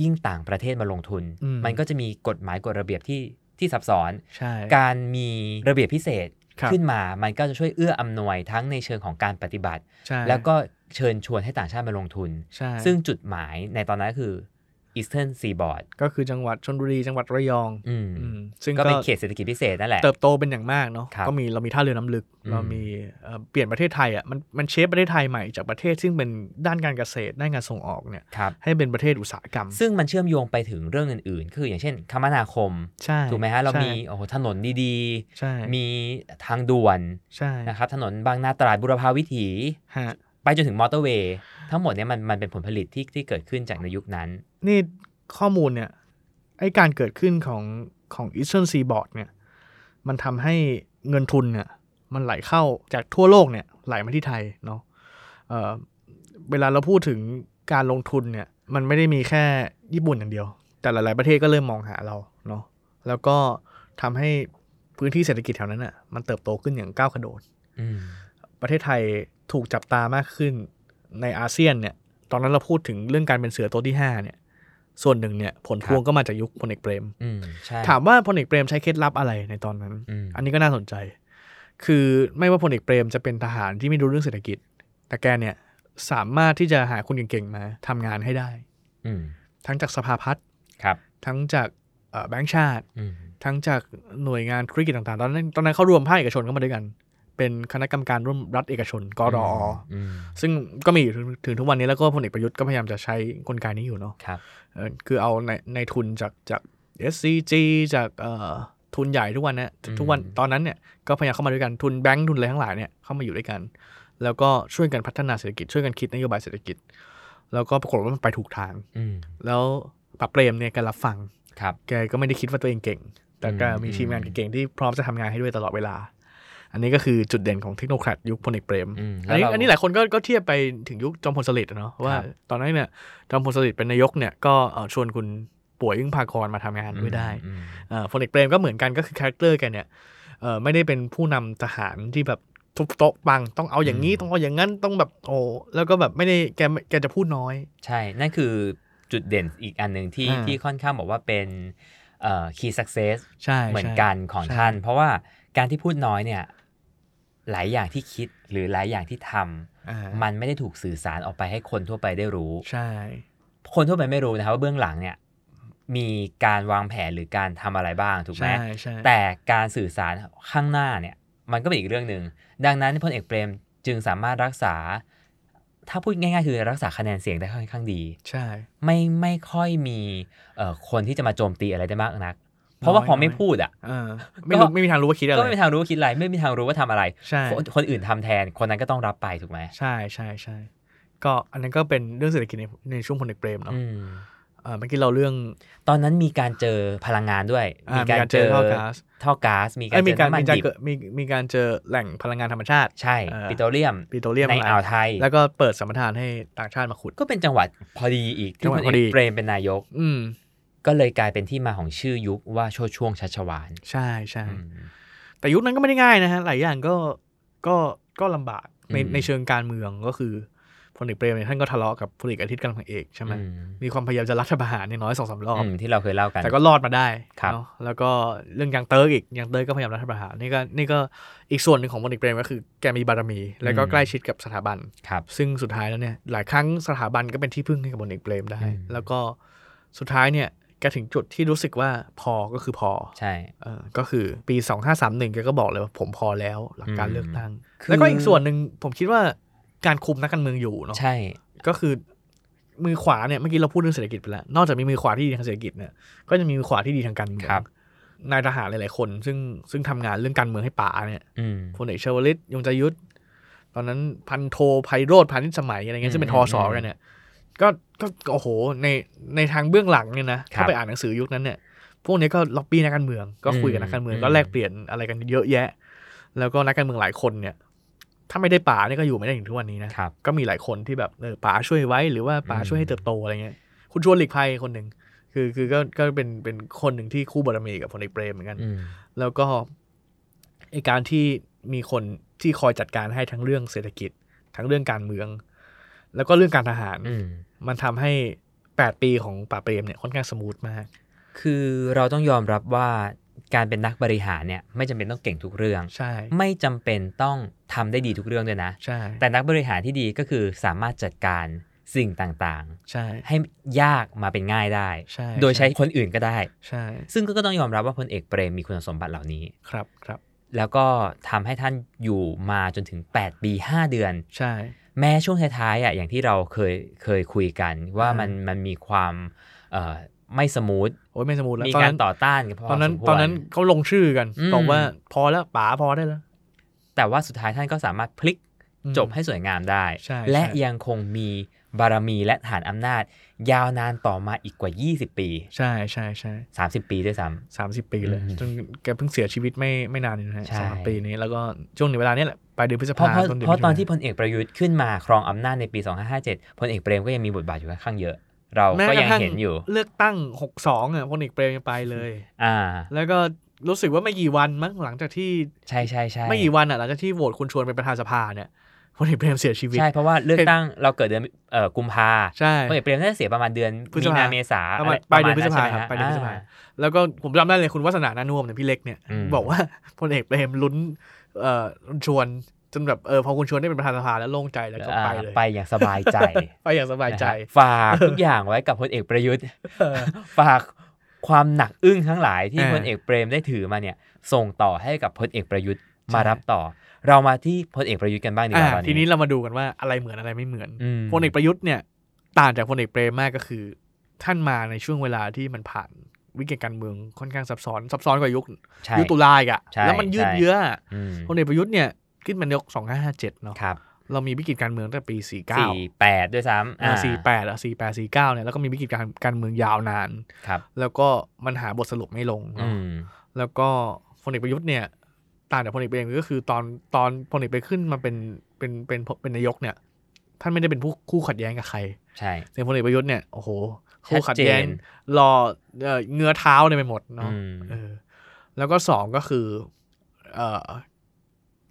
[SPEAKER 3] ยิ่งต่างประเทศมาลงทุน
[SPEAKER 2] อืม
[SPEAKER 3] มันก็จะมีกฎหมายกฎระเบียบที่ที่ซับซ้อน
[SPEAKER 2] ใช่
[SPEAKER 3] การมีระเบียบพิเศษ
[SPEAKER 2] ครับ
[SPEAKER 3] ขึ้นมา มันก็จะช่วยเอื้ออำนวยทั้งในเชิงของการปฏิบัติ
[SPEAKER 2] ใช่
[SPEAKER 3] แล้วก็เชิญชวนให้ต่างชาติมาลงทุน
[SPEAKER 2] ใช่
[SPEAKER 3] ซึ่งจุดหมายในตอนนั้นคือ Eastern Seaboard
[SPEAKER 2] ก็คือจังหวัดชนบุรีจังหวัดระยอง
[SPEAKER 3] อืม
[SPEAKER 2] อืมซึ่ง
[SPEAKER 3] ก็
[SPEAKER 2] ก็
[SPEAKER 3] เป็นเขตเศรษฐกิจพิเศษนั่นแหละ
[SPEAKER 2] เติบโตเป็นอย่างมากเนาะ
[SPEAKER 3] ครับ
[SPEAKER 2] ก็มีเรามีท่าเรือน้ำลึก
[SPEAKER 3] อืม
[SPEAKER 2] เรามีเอ่อเปลี่ยนประเทศไทยอ่ะมันมันเชฟประเทศไทยใหม่จากประเทศซึ่งเป็นด้านการเกษตรด้านการส่งออกเนี่ย
[SPEAKER 3] ครับ
[SPEAKER 2] ให้เป็นประเทศอุตสาหกรรม
[SPEAKER 3] ซึ่งมันเชื่อมโยงไปถึงเรื่องอื่นๆ คืออย่างเช่น คมนาคม
[SPEAKER 2] ใช่
[SPEAKER 3] ถูกไหมฮะ เรา
[SPEAKER 2] ใช่
[SPEAKER 3] มีโอ้โหถนนดี
[SPEAKER 2] ใช่
[SPEAKER 3] ๆ มีทางด่วน
[SPEAKER 2] ใช่
[SPEAKER 3] นะครับ ถนนบางนาตราดบุรพาวิถี
[SPEAKER 2] ฮะ
[SPEAKER 3] ไปจนถึงมอเตอร์เวย์ ทั้งหมดเนี่ยมันมันเป็นผลผลิตที่ที่เกิดขึ้นจากในยุคนั้น
[SPEAKER 2] นี่ข้อมูลเนี่ยไอการเกิดขึ้นของของ Eastern Seaboard เนี่ยมันทำให้เงินทุนเนี่ยมันไหลเข้าจากทั่วโลกเนี่ยไหลมาที่ไทยเนาะเอ่อเวลาเราพูดถึงการลงทุนเนี่ยมันไม่ได้มีแค่ญี่ปุ่นอย่างเดียว แต่หลายๆประเทศก็เริ่มมองหาเราเนาะแล้วก็ทำให้พื้นที่เศรษฐกิจแถวนั้นอ่ะมันเติบโตขึ้นอย่างก้าวกระโดด
[SPEAKER 3] อืม
[SPEAKER 2] ประเทศไทยถูกจับตามากขึ้นในอาเซียนเนี่ย ตอนนั้นเราพูดถึงเรื่องการเป็นเสือตัวที่ 5 เนี่ย ส่วนหนึ่งเนี่ยผลพวงก็มาจากยุคพลเอกเปรม
[SPEAKER 3] อืมใช่
[SPEAKER 2] ถามว่าพลเอกเปรมใช้เคล็ดลับอะไรในตอนนั้น
[SPEAKER 3] อืม
[SPEAKER 2] อันนี้ก็น่าสนใจ คือไม่ว่าพลเอกเปรมจะเป็นทหารที่ไม่รู้เรื่องเศรษฐกิจ แต่แกเนี่ยสามารถที่จะหาคนเก่งๆ มาทำงานให้ได้
[SPEAKER 3] อืม
[SPEAKER 2] ทั้งจากสภาพัฒน์
[SPEAKER 3] ครับ
[SPEAKER 2] ทั้งจากเอ่อแบงก์ชาติ
[SPEAKER 3] อืม
[SPEAKER 2] ทั้งจากหน่วยงานธุรกิจต่างๆ ตอนนั้นตอนนั้นเขารวมภาคเอกชนเข้ามาด้วยกัน เป็นคณะกรรมการร่วมรัฐเอกชนกรอ
[SPEAKER 3] อืม
[SPEAKER 2] ซึ่งก็มีอยู่ถึงถึงทุกวันนี้แล้วก็พลเอกประยุทธ์ก็พยายามจะใช้กลไกนี้อยู่เนาะ
[SPEAKER 3] ครับ
[SPEAKER 2] เอ่อคือเอาในในทุนจากจาก SCG จากเอ่อทุนใหญ่ทุกวันเนะ
[SPEAKER 3] อืม
[SPEAKER 2] ทุกวันตอนนั้นเนี่ยก็พยายามเข้ามาด้วยกันทุนแบงก์ทุนอะไรทั้งหลายเนี่ยเข้ามาอยู่ด้วยกัน แล้วก็ช่วยกันพัฒนาเศรษฐกิจช่วยกันคิดนโยบายเศรษฐกิจ แล้วก็ปรากฏว่ามันไปถูกทาง
[SPEAKER 3] อืม
[SPEAKER 2] แล้วปรับเปรมเนี่ยแกรับฟัง
[SPEAKER 3] ครับ
[SPEAKER 2] แกก็ไม่ได้คิดว่าตัวเองเก่ง แต่ก็มี
[SPEAKER 3] อืม
[SPEAKER 2] ทีมงานเก่งๆที่พร้อมจะทำงานให้ด้วยตลอดเวลา อันนี้ก็คือจุดเด่นของเทคโนแครดยุคพลเอกเปรม
[SPEAKER 3] อืม
[SPEAKER 2] อันนี้
[SPEAKER 3] แวเร
[SPEAKER 2] อันนี้หลายคนก็ก็เทียบไปถึงยุคจอมพลสฤษดิ์อะเนาะว่า
[SPEAKER 3] ครับ
[SPEAKER 2] ตอนนั้นเนี่ยจอมพลสฤษดิ์เป็นนายกเนี่ยก็เอ่อชวนคุณป่วยอึ้งพากรมาทำงานด้วยได้
[SPEAKER 3] อืม
[SPEAKER 2] เอ่อพลเอกเปรมก็เหมือนกันก็คือคาแรคเตอร์แกเนี่ยเอ่อไม่ได้เป็นผู้นำทหารที่แบบทุบโต๊ะปังต้องเอาอย่างนี้ต้องเอาอย่างนั้นต้องแบบโอ้แล้วก็แบบไม่ได้แกแกจะพูดน้อย
[SPEAKER 3] ใช่นั่นคือจุดเด่นอีกอันหนึ่งที่
[SPEAKER 2] อ่า
[SPEAKER 3] ที่ค่อนข้างบอกว่าเป็นเอ่อ key success
[SPEAKER 2] ใช่
[SPEAKER 3] เหมือน
[SPEAKER 2] ใช่
[SPEAKER 3] กันของ
[SPEAKER 2] ใช่
[SPEAKER 3] ท่าน เพราะว่าการที่พูดน้อยเนี่ยหลายอย่างที่คิดหรือหลายอย่างที่ทำ
[SPEAKER 2] อ่า
[SPEAKER 3] มันไม่ได้ถูกสื่อสารออกไปให้คนทั่วไปได้รู้
[SPEAKER 2] ใช่
[SPEAKER 3] คนทั่วไปไม่รู้นะครับว่าเบื้องหลังเนี่ยมีการวางแผนหรือการทำอะไรบ้างถูกไหม
[SPEAKER 2] ใช่ใช่
[SPEAKER 3] แต่การสื่อสารข้างหน้าเนี่ยมันก็เป็นอีกเรื่องหนึ่งดังนั้นพลเอกเปรมจึงสามารถรักษา ถ้าพูดง่ายๆ คือรักษาคะแนนเสียงได้ค่อนข้างดี
[SPEAKER 2] ใช่
[SPEAKER 3] ไม่ไม่ค่อยมีเอ่อคนที่จะมาโจมตีอะไรได้มากนัก เพราะว่าพอไม่พูดอ่ะ
[SPEAKER 2] เออไม่รู้
[SPEAKER 3] ก็
[SPEAKER 2] ไม่มีทางรู้ว่าคิดอะไร
[SPEAKER 3] ก็ไม่มีทางรู้ว่าคิดอะไร ไม่มีทางรู้ว่าทำอะไร
[SPEAKER 2] ใช่
[SPEAKER 3] คนคนอื่นทำแทน คนนั้นก็ต้องรับไปถูกไหม
[SPEAKER 2] ใช่ใช่ใช่ก็อันนั้นก็เป็นเรื่องเศรษฐกิจในในช่วงพลเอกเปรมเนาะ
[SPEAKER 3] อืม
[SPEAKER 2] เอ่อเมื่อกี้เราเรื่อง
[SPEAKER 3] ตอนนั้นมีการเจอพลังงานด้วย
[SPEAKER 2] อ่ามีการเจอท่อก๊าซ
[SPEAKER 3] ท่อก๊าซมีการ
[SPEAKER 2] เอ้ยมี
[SPEAKER 3] เจอ
[SPEAKER 2] การ
[SPEAKER 3] น้ำมัน
[SPEAKER 2] มีการ
[SPEAKER 3] ดิบ
[SPEAKER 2] เกิดมีมีการเจอแหล่งพลังงานธรรมชาติ
[SPEAKER 3] ใช่
[SPEAKER 2] เอ่อ
[SPEAKER 3] ปิโตรเลียม
[SPEAKER 2] ปิโตรเลียม
[SPEAKER 3] ใน
[SPEAKER 2] อะไร
[SPEAKER 3] อ่าวไทย
[SPEAKER 2] แล้วก็เปิดสัมปทานให้ต่างชาติมาขุด
[SPEAKER 3] ก็เป็นจังหวัดพอดีอีก
[SPEAKER 2] จั
[SPEAKER 3] ที่
[SPEAKER 2] งห
[SPEAKER 3] พ
[SPEAKER 2] วะ
[SPEAKER 3] ล
[SPEAKER 2] พอดี
[SPEAKER 3] เอกเปรมเป็นนายก
[SPEAKER 2] อืม
[SPEAKER 3] ก็เลยกลายเป็นที่มาของชื่อยุคว่าโชติช่วงชัชวาน
[SPEAKER 2] ใช่ใช่
[SPEAKER 3] อืม
[SPEAKER 2] แต่ยุคนั้นก็ไม่ได้ง่ายนะฮะ หลายอย่างก็ก็ก็ลำบากใน
[SPEAKER 3] อืม
[SPEAKER 2] ในเชิงการเมืองก็คือพลเอกเปรมเนี่ยท่านก็ทะเลาะกับพลเอกอาทิตย์กำลังเอกใช่ไหม
[SPEAKER 3] อื
[SPEAKER 2] มีความพยายามจะรัฐประหารเนี่ยน้อยสองสามรอบ
[SPEAKER 3] อืมที่เราเคยเล่ากัน
[SPEAKER 2] แต่ก็รอดมาได้
[SPEAKER 3] ครับ
[SPEAKER 2] เนอะแล้วก็เรื่องยางเติร์กอีกยางเติร์กก็พยายามรัฐประหารนี่ก็นี่ก็อีกส่วนหนึ่งของพลเอกเปรมก็คือแกมีบารมี แล้วก็ใกล้ชิดกับสถาบัน
[SPEAKER 3] ครับ
[SPEAKER 2] ซึ่งสุดท้ายแล้วเนี่ยหลายครั้งสถาบันก็เป็นที่พึ่งให้กับพลเอกเปรมได้
[SPEAKER 3] อืม
[SPEAKER 2] แล้วก็สุดท้ายเนี่ยแกถึงจุดที่รู้สึกว่าพอก็คือพอ
[SPEAKER 3] ใช่
[SPEAKER 2] เออก็คือปี 2531แกก็บอกเลยว่าผมพอแล้วหลังการเลือกตั้ง
[SPEAKER 3] คือ
[SPEAKER 2] แล้วก็อีกส่วนหนึ่งผมคิดว่าการคุมนักการเมืองอยู่เนาะ
[SPEAKER 3] ใช่
[SPEAKER 2] ก็คือมือขวาเนี่ยเมื่อกี้เราพูดเรื่องเศรษฐกิจไปแล้ว นอกจากมีมือขวาที่ดีทางเศรษฐกิจเนี่ยก็จะมีมือขวาที่ดีทางการเมือง
[SPEAKER 3] ครับ
[SPEAKER 2] นายทหารหลายๆคน ซึ่งซึ่งทำงานเรื่องการเมืองให้ป๋าเนี่ย
[SPEAKER 3] อืม
[SPEAKER 2] พลเอกชวลิตยงใจยุทธตอนนั้นพันโทไพโรธพานิชสมัยอะไรเงี้ย
[SPEAKER 3] อืม
[SPEAKER 2] ซึ่งเป็นทอสอ
[SPEAKER 3] อืม
[SPEAKER 2] กันเนี่ยก็ก็ก็โอ้โหในในทางเบื้องหลังเนี่ยนะครับ ถ้าไปอ่านหนังสือยุคนั้นเนี่ย พวกนี้ก็ล็อบบี้นักการเมือง ก็คุยกับนักการเมือง
[SPEAKER 3] อืม
[SPEAKER 2] ก็แลกเปลี่ยนอะไรกันเยอะแยะ แล้วก็นักการเมืองหลายคนเนี่ย ถ้าไม่ได้ป๋าเนี่ยก็อยู่ไม่ได้ถึงทุกวันนี้นะครับ ก็มีหลายคนที่แบบเออป๋าช่วยไว้หรือว่าป๋า
[SPEAKER 3] อืม
[SPEAKER 2] ช่วยให้เติบโตอะไรเงี้ยคุณชวนหลีกภัยคนหนึ่งคือคือก็ก็เป็นเป็นคนหนึ่งที่คู่บารมีกับพลเอกเปรมเหมือนกัน
[SPEAKER 3] อืม
[SPEAKER 2] แล้วก็ไอการที่มีคนที่คอยจัดการให้ทั้งเรื่องเศรษฐกิจ ทั้งเรื่องการเมือง แล้วก็เรื่องการทหาร
[SPEAKER 3] อืม
[SPEAKER 2] มันทำให้ 8 ปีของป่าเปรมเนี่ยค่อนข้างสมูทมาก
[SPEAKER 3] คือเราต้องยอมรับว่าการเป็นนักบริหารเนี่ยไม่จำเป็นต้องเก่งทุกเรื่อง
[SPEAKER 2] ใช่
[SPEAKER 3] ไม่จำเป็นต้องทำได้ดีทุกเรื่องด้วยนะ
[SPEAKER 2] ใช่
[SPEAKER 3] แต่นักบริหารที่ดีก็คือสามารถจัดการสิ่งต่าง
[SPEAKER 2] ใช่
[SPEAKER 3] ๆ ให้ยากมาเป็นง่ายได้
[SPEAKER 2] ใช่
[SPEAKER 3] โดยใช้คนอื่นก็ได้
[SPEAKER 2] ใช่
[SPEAKER 3] ซึ่งก็ต้องยอมรับว่าพลเอกเปรมมีคุณสมบัติเหล่านี้
[SPEAKER 2] ครับครับ
[SPEAKER 3] แล้วก็ทำให้ท่านอยู่มาจนถึง 8 ปี 5 เดือน
[SPEAKER 2] ใช่
[SPEAKER 3] แม้ช่วงท้ายๆอ่ะอย่างที่เราเคยเคยคุยกัน ว่า
[SPEAKER 2] อ่ามั
[SPEAKER 3] มันมันมีความเอ่อไม่สมูท
[SPEAKER 2] โอ้ยไม่สมูทแล้ว
[SPEAKER 3] มี
[SPEAKER 2] ตอน
[SPEAKER 3] การ
[SPEAKER 2] นั้น
[SPEAKER 3] ต่อต้านกันพอ
[SPEAKER 2] ตอนนั้น
[SPEAKER 3] สมควร
[SPEAKER 2] ตอนนั้นเขาลงชื่อกัน
[SPEAKER 3] อืม
[SPEAKER 2] บอกว่าพอแล้วป๋าพอได้แล้ว
[SPEAKER 3] แต่ว่าสุดท้ายท่านก็สามารถพลิก
[SPEAKER 2] อืม
[SPEAKER 3] จบให้สวยงามได้
[SPEAKER 2] ใช่
[SPEAKER 3] และ
[SPEAKER 2] ใช่
[SPEAKER 3] ยังคงมีบารมีและฐานอำนาจ ยาวนานต่อมาอีกกว่า 20 ปี
[SPEAKER 2] ใช่ใช่ใช่
[SPEAKER 3] 30 ปีด้วยซ้
[SPEAKER 2] สามสิบปีเลย
[SPEAKER 3] อืม
[SPEAKER 2] จนแกเพิ่งเสียชีวิตไม่ไม่นานนี้นะฮะ
[SPEAKER 3] ใช่
[SPEAKER 2] สามปีนี้แล้วก็ช่วงเวลาเนี้ยแหละปลายเดือนพฤษ
[SPEAKER 3] ำเพราะ
[SPEAKER 2] ภา
[SPEAKER 3] เพราะ
[SPEAKER 2] นดื
[SPEAKER 3] เพราะตอน
[SPEAKER 2] มิถุ
[SPEAKER 3] ที่พลเอกประยุทธ์ขึ้นมาครองอำนาจในปี 2557 พลเอกเปรมก็ยังมีบทบาทอยู่ค่อนข้างเยอะ เราก็ยังเห็นอยู่
[SPEAKER 2] เลือกตั้ง 62อ่ะพลเอกเปรมยังไปเลย
[SPEAKER 3] อ่า
[SPEAKER 2] แล้วก็รู้สึกว่าไม่กี่วันมั้งหลังจากที่
[SPEAKER 3] ใช่ใช่ใช่
[SPEAKER 2] ไม่กี่วันอ่ะหลังจากที่โหวตคุณชวนเป็นประธานสภาเนี่ย พลเอกเปรมเสียชีวิต
[SPEAKER 3] ใช่เพราะว่าเลือก
[SPEAKER 2] เห็น
[SPEAKER 3] ตั้งเราเกิดเดือนเอ่อกุมภา
[SPEAKER 2] ใช่
[SPEAKER 3] พลเอกเปรมน่าจะเสียประมาณเดือน
[SPEAKER 2] พฤษ
[SPEAKER 3] มี
[SPEAKER 2] ภามี
[SPEAKER 3] นาเมษา
[SPEAKER 2] ประ
[SPEAKER 3] อะ
[SPEAKER 2] มา
[SPEAKER 3] ไร
[SPEAKER 2] ณปลายเดือนพฤษภา
[SPEAKER 3] ประมณ
[SPEAKER 2] ครับปลายเดือนพฤษภา
[SPEAKER 3] อ่
[SPEAKER 2] แล้วก็ผมจำได้เลยคุณวัฒนานานุ่มเนี่ยพี่เล็กเนี่ย
[SPEAKER 3] อืม
[SPEAKER 2] บอกว่า พลเอกเปรมลุ้นเอ่อชวนจนแบบเออพอคุณชวนได้เป็นประธานสภาแล้วโล่งใจแล้วก็
[SPEAKER 3] อ่า
[SPEAKER 2] ไปเลย
[SPEAKER 3] ไปอย่างสบายใจ
[SPEAKER 2] ไปอย่างสบายใจ
[SPEAKER 3] นะฮะฝากทุกอย่างไว้กับพลเอกประยุทธ์ ฝากความหนักอึ้งทั้งหลายที่
[SPEAKER 2] เออ
[SPEAKER 3] พลเอกเปรมได้ถือมาเนี่ยส่งต่อให้กับพลเอกประยุทธ์
[SPEAKER 2] ใช่
[SPEAKER 3] มารับต่อ เรามาที่พลเอกประยุทธ์กันบ้างดีกว่า
[SPEAKER 2] อ่า
[SPEAKER 3] ตอน
[SPEAKER 2] ทีนี้เรามาดูกันว่าอะไรเหมือนอะไรไม่เหมือน
[SPEAKER 3] อืม
[SPEAKER 2] พลเอกประยุทธ์เนี่ยต่างจากพลเอกเปรมมากก็คือ ท่านมาในช่วงเวลาที่มันผ่านวิกฤตการเมืองค่อนข้างซับซ้อนซับซ้อนกว่ายุค
[SPEAKER 3] ใช่
[SPEAKER 2] ยุคตุลาอีกอะ
[SPEAKER 3] ใช่
[SPEAKER 2] แล้วมันยืด
[SPEAKER 3] ใช่
[SPEAKER 2] เยื้อ
[SPEAKER 3] อืม
[SPEAKER 2] พลเอกประยุทธ์เนี่ยขึ้นมายกสองห้าห้าเจ็ดเนาะ
[SPEAKER 3] ครับ
[SPEAKER 2] เรามีวิกฤตการเมืองตั้งแต่ปีสี่เก้า
[SPEAKER 3] สี่แปดด้วยซ้ำอ่า
[SPEAKER 2] สี่แปดอ่ะสี่แปดสี่เก้าเนี่ยแล้วก็มีวิกฤตการการเมืองยาวนาน
[SPEAKER 3] ครับ
[SPEAKER 2] แล้วก็มันหาบทสรุปไม่ลงเน
[SPEAKER 3] อื
[SPEAKER 2] อะ
[SPEAKER 3] ม
[SPEAKER 2] แล้วก็พลเอกประยุทธ์เนี่ยต่างจากพลเอกเปรมก็คือตอนตอนพลเอกไปขึ้นมาเป็นเป็นเป็นเป็นนายกเนี่ยท่านไม่ได้เป็นผู้คู่ขัดแย้งกับใคร
[SPEAKER 3] ใช่
[SPEAKER 2] แต่พลเอกประยุทธ์เนี่ยโอ้โห
[SPEAKER 3] ชั
[SPEAKER 2] คู่ขัดแย้ง
[SPEAKER 3] เจน
[SPEAKER 2] รอเอ่อเงื้อเท้าเนี่ยไปหมดเนาะ
[SPEAKER 3] อืม
[SPEAKER 2] เออแล้วก็สองก็คือเอ่อ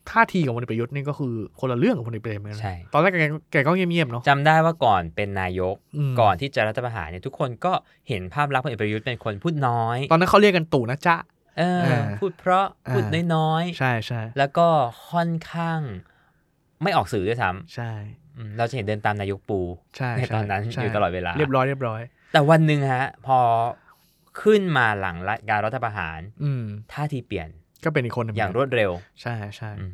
[SPEAKER 2] ท่าทีของพลเอกประยุทธ์นี่ก็คือคนละเรื่องกับพลเอกเปรมเลยนะ
[SPEAKER 3] ใช่
[SPEAKER 2] ตอนแรกแกแกก็เงียบๆเนาะ
[SPEAKER 3] จำได้ว่าก่อนเป็นนายก
[SPEAKER 2] ม
[SPEAKER 3] ก่อนที่จะรัฐประหารเนี่ยทุกคนก็เห็นภาพลักษณ์พลเอกประยุทธ์เป็นคนพูดน้อย
[SPEAKER 2] ตอนนั้นเขาเรียกกันตู่นะจ๊ะ
[SPEAKER 3] เออ
[SPEAKER 2] เออ
[SPEAKER 3] พูดเพราะพูด
[SPEAKER 2] อ่า
[SPEAKER 3] น้อยๆ
[SPEAKER 2] ใช่ใช่
[SPEAKER 3] แล้วก็ค่อนข้างไม่ออกสื่อด้วยซ้
[SPEAKER 2] ใช่
[SPEAKER 3] ำอืมเราจะเห็นเดินตามนายกปู
[SPEAKER 2] ใช่
[SPEAKER 3] ในตอนนั้น
[SPEAKER 2] ใช่
[SPEAKER 3] อยู่ตลอดเวลา
[SPEAKER 2] เรียบร้อยเรียบร้อย
[SPEAKER 3] แต่วันหนึ่งฮะ พอขึ้นมาหลังรัฐการรัฐประหาร
[SPEAKER 2] อืม
[SPEAKER 3] ท่าทีเปลี่ยน
[SPEAKER 2] ก็เป็นอีกคนหนึ่
[SPEAKER 3] อย่างรวดเร็ว
[SPEAKER 2] ใช่ใช่
[SPEAKER 3] อืม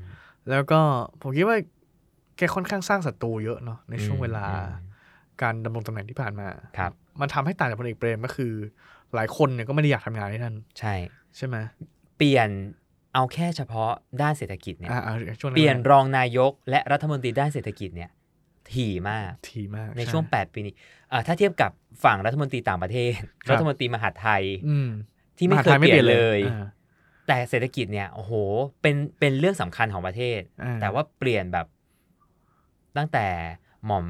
[SPEAKER 2] แล้วก็ผมคิดว่าแกค่อนข้างสร้างศัตรูเยอะเนาะในช่วงเวลา
[SPEAKER 3] อืม
[SPEAKER 2] การดำรงตำแหน่งที่ผ่านมา
[SPEAKER 3] ครับ
[SPEAKER 2] มันทำให้ต่างจากพลเอกเปรมก็คือ หลายคนเนี่ยก็ไม่ได้อยากทำงานให้ท่าน
[SPEAKER 3] ใช่
[SPEAKER 2] ใช่ไหม
[SPEAKER 3] เปลี่ยนเอาแค่เฉพาะด้านเศรษฐกิจเนี่ย
[SPEAKER 2] อ่าอ่าช่วง
[SPEAKER 3] เปลี่ยนรองนายกและรัฐมนตรีด้านเศรษฐกิจเนี่ยถี่มาก
[SPEAKER 2] ทีมาก
[SPEAKER 3] ในช่วง
[SPEAKER 2] ใ
[SPEAKER 3] 8 ปีนี้อ่าถ้าเทียบกับฝั่งรัฐมนตรีต่างประเทศ
[SPEAKER 2] ครับ
[SPEAKER 3] รัฐมนตรีมหาดไทย
[SPEAKER 2] อืม
[SPEAKER 3] ที่ไม่
[SPEAKER 2] หา
[SPEAKER 3] เคย
[SPEAKER 2] ท
[SPEAKER 3] เปลี่ยนเลย
[SPEAKER 2] อ่า
[SPEAKER 3] แต่เศรษฐกิจเนี่ยโอ้โหเป็นเป็นเรื่องสำคัญของประเทศ
[SPEAKER 2] อ่
[SPEAKER 3] แต่ว่าเปลี่ยนแบบตั้งแต่หม่อม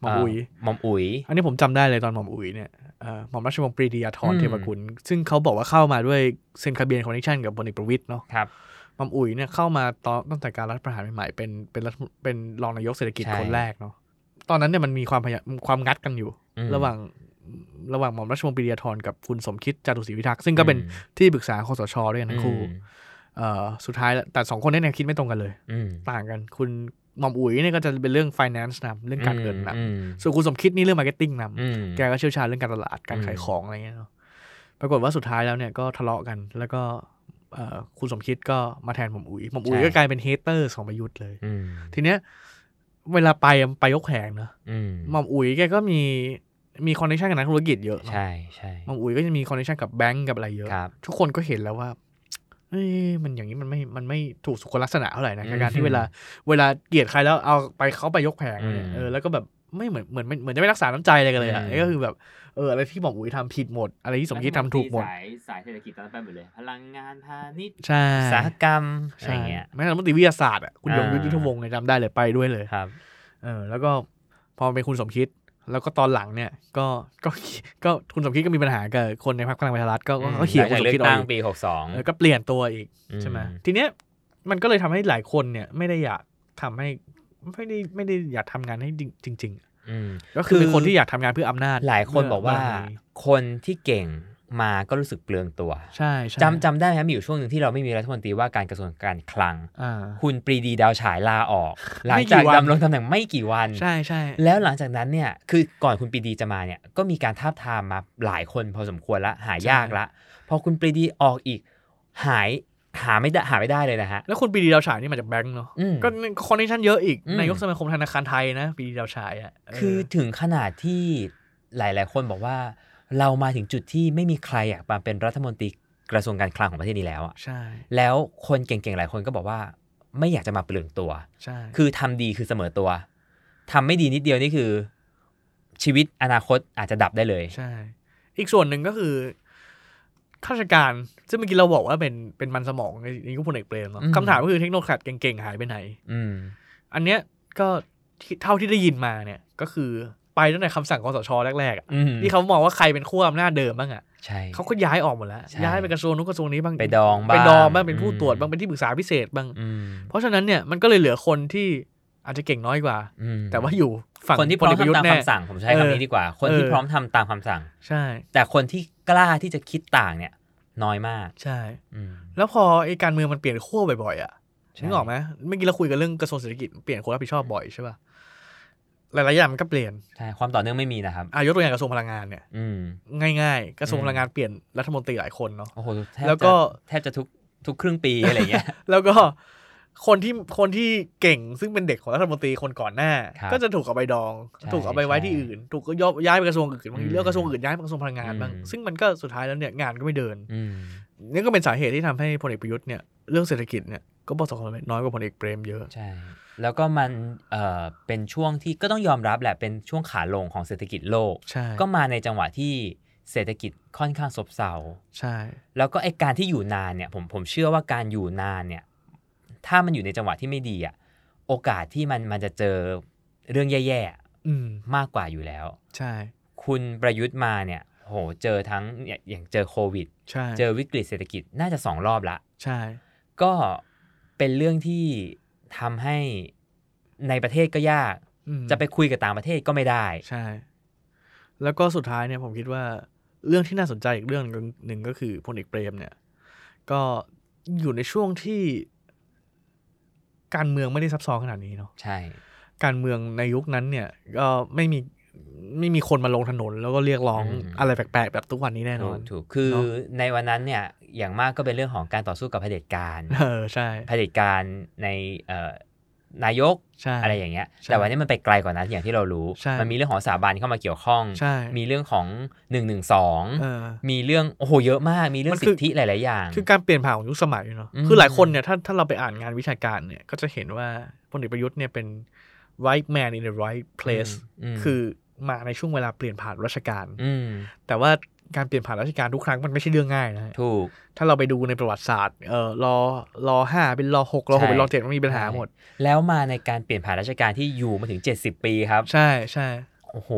[SPEAKER 2] หม่อมอุ๋ย
[SPEAKER 3] เหม่อมอุ๋ย
[SPEAKER 2] อันนี้ผมจำได้เลยตอนหม่อมอุ๋ยเนี่ยเอ่อหม่อมราชวงศ์ปรีดีอาทร
[SPEAKER 3] อืม
[SPEAKER 2] เทวกุลซึ่งเขาบอกว่าเข้ามาด้วยเซ็นคาเบียนคอนเนคชั่นกับพลเอกประวิตยเนาะ
[SPEAKER 3] ครับ
[SPEAKER 2] หม่อมอุ๋ยเนี่ยเข้ามาตอนตั้งแต่การรัฐประหารใหม่ๆเป็นเป็นรัฐเป็นรองนายกเศรษฐกิจ
[SPEAKER 3] ใช่
[SPEAKER 2] คนแรกเนาะตอนนั้นเนี่ยมันมีความพยายามความงัดกันอยู่
[SPEAKER 3] อืม
[SPEAKER 2] ระหว่างระหว่างหม่อมราชวงศ์ปรีดีอาทรกับคุณสมคิดจารุศรีวิทักษ์ซึ่งก็เป็น
[SPEAKER 3] อืม
[SPEAKER 2] ที่ปรึกษาคสชด้วยกันทั้งคู่เอ่อสุดท้ายแล้วแต่สองคนเนียแนวคิดไม่ตรงกันเลย
[SPEAKER 3] อืม
[SPEAKER 2] ต่างกันคุณหม่อมอุ๋ยเนี่ยก็จะเป็นเรื่อง finance นำเรื่องการเงินน
[SPEAKER 3] อืม
[SPEAKER 2] ำส่วนคุณสมคิดนี่เรื่อง marketing นำ
[SPEAKER 3] อืม
[SPEAKER 2] แกก็เชี่ยวชาญเรื่องการตลาด การ
[SPEAKER 3] อืม
[SPEAKER 2] ขายของอะไรเงี้ยเนาะ ปรากฏว่าสุดท้ายแล้วเนี่ยก็ทะเลาะกัน แล้วก็เอ่อคุณสมคิดก็มาแทนหม่อมอุ๋ยหม่อมอุ๋ยก็กลายเป็นเฮเตอร์ของประยุทธ์เลย
[SPEAKER 3] อืม
[SPEAKER 2] ทีเนี้ยเวลาไปอะไปยกแผงเนาะ
[SPEAKER 3] อืม
[SPEAKER 2] หม่อมอุ๋ยแกก็มีมีคอนเนคชันกับนักธุรกิจเยอะเนอะ
[SPEAKER 3] ใช่ใช่
[SPEAKER 2] หม่อมอุ๋ยก็จะมีคอนเนคชันกับแบงก์กับอะไรเยอะ
[SPEAKER 3] ครับ
[SPEAKER 2] ทุกคนก็เห็นแล้วว่าเอ้ยมันอย่างนี้มันไม่มันไม่ถูกสุขลักษณะเท่าไหร่นะ
[SPEAKER 3] อืม
[SPEAKER 2] การที่เวลาเวลาเกลียดใครแล้วเอาไปเขาไปยกแผงเนี่ย
[SPEAKER 3] อืม
[SPEAKER 2] เออแล้วก็แบบไม่เหมือนเหมือนเหมือนจะไม่รักษาน้ำใจอะไรกันเลยอ่ะ
[SPEAKER 3] อืม
[SPEAKER 2] ก็คือแบบเอออะไรที่หม่อมอุ๋ยทำผิดหมด อะไรที่สมคิดทำถูกหมด
[SPEAKER 4] สายสายเศรษฐกิจตอนนั้นไปหมดเลย พลังงานพาณิชย์
[SPEAKER 2] ใช่
[SPEAKER 3] อุตสาหกรรมอะไร
[SPEAKER 2] ใช่
[SPEAKER 3] เงี้ย
[SPEAKER 2] แม้แต่รัฐมนตรีวิทยาศาสตร์อ่ะคุณยง
[SPEAKER 3] อ่ายุ
[SPEAKER 2] ยุทธวงศ์เนี่ยจำได้เลยไปด้วยเลย
[SPEAKER 3] ครับ
[SPEAKER 2] เออแล้วก็พอเป็นคุณสมคิด แล้วก็ตอนหลังเนี่ยก็ก็ก็คุณสมคิดก็มีปัญหากับคนในพรรคพลังประชารัฐก็ก็ก็เขี่ย
[SPEAKER 3] หลัง
[SPEAKER 2] คุณสม
[SPEAKER 3] จากเลือ
[SPEAKER 2] คิด
[SPEAKER 3] ก
[SPEAKER 2] ออ
[SPEAKER 3] ตั้
[SPEAKER 2] ก
[SPEAKER 3] ง
[SPEAKER 2] อีก
[SPEAKER 3] ปีหกสอง
[SPEAKER 2] เออก็เปลี่ยนตัวอีก ใช่ไหมทีเนี้ยมันก็เลยทำให้หลายคนเนี่ยไม่ได้อยากทำให้ไม่ได้ไม่ได้อยากทำงานให้จริงจริง ๆ ก็คือเป็นคนที่อยากทำงานเพื่ออำนาจ
[SPEAKER 3] หลายคนบอกว่า
[SPEAKER 2] เพื่บรมี
[SPEAKER 3] คนที่เก่งมาก็รู้สึกเปลืองตัว
[SPEAKER 2] ใช่ใช่
[SPEAKER 3] จำจำได้ไหมมีอยู่ช่วงหนึ่งที่เราไม่มีรัฐมนตรีว่าการกระทรวงการคลัง
[SPEAKER 2] อ่า
[SPEAKER 3] คุณปรีดีดาวฉายลาออก หลัง
[SPEAKER 2] ไม่กี่
[SPEAKER 3] จาก
[SPEAKER 2] วัน
[SPEAKER 3] ดำรงตำแหน่งไม่กี่วัน
[SPEAKER 2] ใช่ใช่
[SPEAKER 3] แล้วหลังจากนั้นเนี่ยคือก่อนคุณปรีดีจะมาเนี่ยก็มีการทาบทามมาหลายคนพอสมควรละหายากละ พอคุณปรีดีออกอีก หายหาไม่ได้หาไม่ได้เลยนะฮะ
[SPEAKER 2] แล้วคุณปรีดีดาวฉายนี่มาจากแบงก์เนาะ
[SPEAKER 3] อืม
[SPEAKER 2] ก็คอนเนคชั่นเยอะอีก
[SPEAKER 3] อืม
[SPEAKER 2] นายกสมาคมธนาคารไทยนะปรีดีดาวฉายอ่ะเ
[SPEAKER 3] คือถึงขนาดที่หลาย ๆ คนบอกว่า เรามาถึงจุดที่ไม่มีใครอยากมาเป็นรัฐมนตรีกระทรวงการคลังของประเทศนี้แล้วอะ
[SPEAKER 2] ใช่
[SPEAKER 3] แล้วคนเก่ง ๆ หลายคนก็บอกว่า ไม่อยากจะมาเปลืองตัว
[SPEAKER 2] ใช่
[SPEAKER 3] คือทำดีคือเสมอตัว ทำไม่ดีนิดเดียวนี่คือ ชีวิตอนาคตอาจจะดับได้เลย
[SPEAKER 2] ใช่ อีกส่วนหนึ่งก็คือข้าราชการซึ่งเมื่อกี้เราบอกว่าเป็นเป็นมันสมองในในยุคพลเอกเปรมเนาะ
[SPEAKER 3] อืม
[SPEAKER 2] คำถามก็คือเทคโนแครดเก่งๆหายไปไหน
[SPEAKER 3] อืม
[SPEAKER 2] อันเนี้ยก็ที่เท่าที่ได้ยินมาเนี่ยก็คือไปตั้งแต่คำสั่งคอสชแรกๆอะ
[SPEAKER 3] อืม
[SPEAKER 2] ที่เขามองว่าใครเป็นขั้วอำนาจเดิมบ้างอ่ะ
[SPEAKER 3] ใช่
[SPEAKER 2] เขาก็ย้ายออกหมดแล้ว
[SPEAKER 3] ใช่
[SPEAKER 2] ย้ายไปกระทรวงนู้นกระทรวงนี้บ้าง
[SPEAKER 3] ไปดองบ้าง
[SPEAKER 2] ไปดองบ้างเป็นผู้
[SPEAKER 3] อืม
[SPEAKER 2] ตรวจบ้างเป็นที่ปรึกษาพิเศษบ้าง
[SPEAKER 3] อืม
[SPEAKER 2] เพราะฉะนั้นเนี่ยมันก็เลยเหลือคนที่ อาจจะเก่งน้อยกว่า
[SPEAKER 3] อืม
[SPEAKER 2] แต่ว่าอยู่ฝั่ง
[SPEAKER 3] คนที่พร้อมทำตามคำสั่งผมใช้คำนี้ดีกว่า คนที่พร้อมทำตามคำสั่ง
[SPEAKER 2] ใช่
[SPEAKER 3] แต่คนที่กล้าที่จะคิดต่างเนี่ย น้อยมาก
[SPEAKER 2] ใช่
[SPEAKER 3] อืม
[SPEAKER 2] แล้วพอไอ้การเมืองมันเปลี่ยนขั้วบ่อยๆอ่ะ
[SPEAKER 3] ใช่
[SPEAKER 2] นึกออกไหมเมื่อกี้เราคุยกันเรื่องกระทรวงเศรษฐกิจเปลี่ยนคนรับผิดชอบบ่อยใช่ป่ะหลายๆอย่างมันก็เปลี่ยน
[SPEAKER 3] ใช่ความต่อเนื่องไม่มีนะครับ
[SPEAKER 2] อายกตัวอย่างกระทรวงพลังงานเนี่ย
[SPEAKER 3] อืม
[SPEAKER 2] ง่ายๆ กระทรวง
[SPEAKER 3] อืม
[SPEAKER 2] พลังงานเปลี่ยนรัฐมนตรีหลายคนเนาะ
[SPEAKER 3] โอ้โหทบจะ
[SPEAKER 2] แล้วก็
[SPEAKER 3] แทบจะทุกทุกครึ่งปีอะไรอย่างเงี้ย
[SPEAKER 2] แล้วก็ คนที่คนที่เก่งซึ่งเป็นเด็กของรัฐมนตรีคนก่อนหน้า
[SPEAKER 3] ครับ
[SPEAKER 2] ก็จะถูกเอาไปดอง
[SPEAKER 3] ใช่
[SPEAKER 2] ถูกเอาไปไว้ที่อื่น ถูกก็ยกย้ายไปกระทรวงอื่นบางที
[SPEAKER 3] อืม
[SPEAKER 2] เลือกกระทรวงอื่นย้ายไปกระทรวงพลังงานบ้าง
[SPEAKER 3] อืม
[SPEAKER 2] ซึ่งมันก็สุดท้ายแล้วเนี่ยงานก็ไม่เดิน
[SPEAKER 3] อืม
[SPEAKER 2] นี่ก็เป็นสาเหตุที่ทำให้พลเอกประยุทธ์เนี่ยเรื่องเศรษฐกิจเนี่ยก็ประสบความสำเร็จน้อยกว่าพลเอกเปรมเยอะ
[SPEAKER 3] ใช่ แล้วก็มันเอ่อเป็นช่วงที่ก็ต้องยอมรับแหละเป็นช่วงขาลงของเศรษฐกิจโลก
[SPEAKER 2] ใช่
[SPEAKER 3] ก็มาในจังหวะที่เศรษฐกิจค่อนข้างซบเซา
[SPEAKER 2] ใช่
[SPEAKER 3] แล้วก็ไอการที่อยู่นานเนี่ยผมผมเชื่อว่าการอยู่นานเนี่ย ถ้ามันอยู่ในจังหวะที่ไม่ดีอะโอกาสที่มันมันจะเจอเรื่องแย่
[SPEAKER 2] อืม
[SPEAKER 3] ๆ มากกว่าอยู่แล้ว
[SPEAKER 2] ใช่
[SPEAKER 3] คุณประยุทธ์มาเนี่ยโหเจอทั้งเนี่ยอย่างเจอโควิด
[SPEAKER 2] ใช่
[SPEAKER 3] เจอวิกฤตเศรษฐกิจน่าจะสองรอบละ
[SPEAKER 2] ใช่
[SPEAKER 3] ก็เป็นเรื่องที่ทำให้ในประเทศก็ยาก
[SPEAKER 2] อืม
[SPEAKER 3] จะไปคุยกับต่างประเทศก็ไม่ได้
[SPEAKER 2] ใช่ แล้วก็สุดท้ายเนี่ยผมคิดว่าเรื่องที่น่าสนใจอีกเรื่องหนึ่งก็คือพลเอกเปรมเนี่ย ก็อยู่ในช่วงที่การเมืองไม่ได้ซับซ้อนขนาดนี้เนาะ
[SPEAKER 3] ใช่
[SPEAKER 2] การเมืองในยุคนั้นเนี่ย ก็ไม่มีไม่มีคนมาลงถนน แล้วก็เรียกร้องอะไรแปลกๆแบบทุกวันนี้แน่น
[SPEAKER 3] ถู
[SPEAKER 2] อก น
[SPEAKER 3] ถูกคือ
[SPEAKER 2] เนอะ
[SPEAKER 3] ในวันนั้นเนี่ยอย่างมากก็เป็นเรื่องของการต่อสู้กับเผด็จ การ
[SPEAKER 2] เออใช่
[SPEAKER 3] เผด็จการในเอ่อนายก
[SPEAKER 2] ใช่
[SPEAKER 3] อะไรอย่างเงี้ย
[SPEAKER 2] ใช่
[SPEAKER 3] แต่วันนี้มันไปไกลกว่านั้นอย่างที่เรารู้
[SPEAKER 2] ใช่
[SPEAKER 3] มันมีเรื่องของสถาบันเข้ามาเกี่ยวข้อง
[SPEAKER 2] ใช่
[SPEAKER 3] มีเรื่องของ1นึ
[SPEAKER 2] เออ
[SPEAKER 3] มีเรื่องโอ้โหเยอะมาก มีเรื่อ
[SPEAKER 2] มั
[SPEAKER 3] ง
[SPEAKER 2] นคื
[SPEAKER 3] สิ
[SPEAKER 2] อ
[SPEAKER 3] ทธิหลายๆอย่าง
[SPEAKER 2] คือการเปลี่ยนผ่านของยุคสมัยเนาะ
[SPEAKER 3] อืม
[SPEAKER 2] คือหลายคนเนี่ยถ้าถ้าเราไปอ่านงานวิชาการเนี่ย ก็จะเห็นว่าพลเอกประยุทธ์เนี่ยเป็น right man in the right place
[SPEAKER 3] ม
[SPEAKER 2] คือมาในช่วงเวลาเปลี่ยนผ่านราชการ
[SPEAKER 3] ม
[SPEAKER 2] แต่ว่าการเปลี่ยนผ่านราชการทุกครั้งมันไม่ใช่เรื่องง่ายนะฮะ
[SPEAKER 3] ถูก
[SPEAKER 2] ถ้าเราไปดูในประวัติศาสตร์ เออรอรอห้าเป็นรอหกรอหกเป็นรอ
[SPEAKER 3] ใช่
[SPEAKER 2] เจ็ดมันมีปัญหาหมด
[SPEAKER 3] แล้วมาในการเปลี่ยนผ่านราชการที่อยู่มาถึง 70 ปีครับ
[SPEAKER 2] ใช่ใช่
[SPEAKER 3] โอ้โห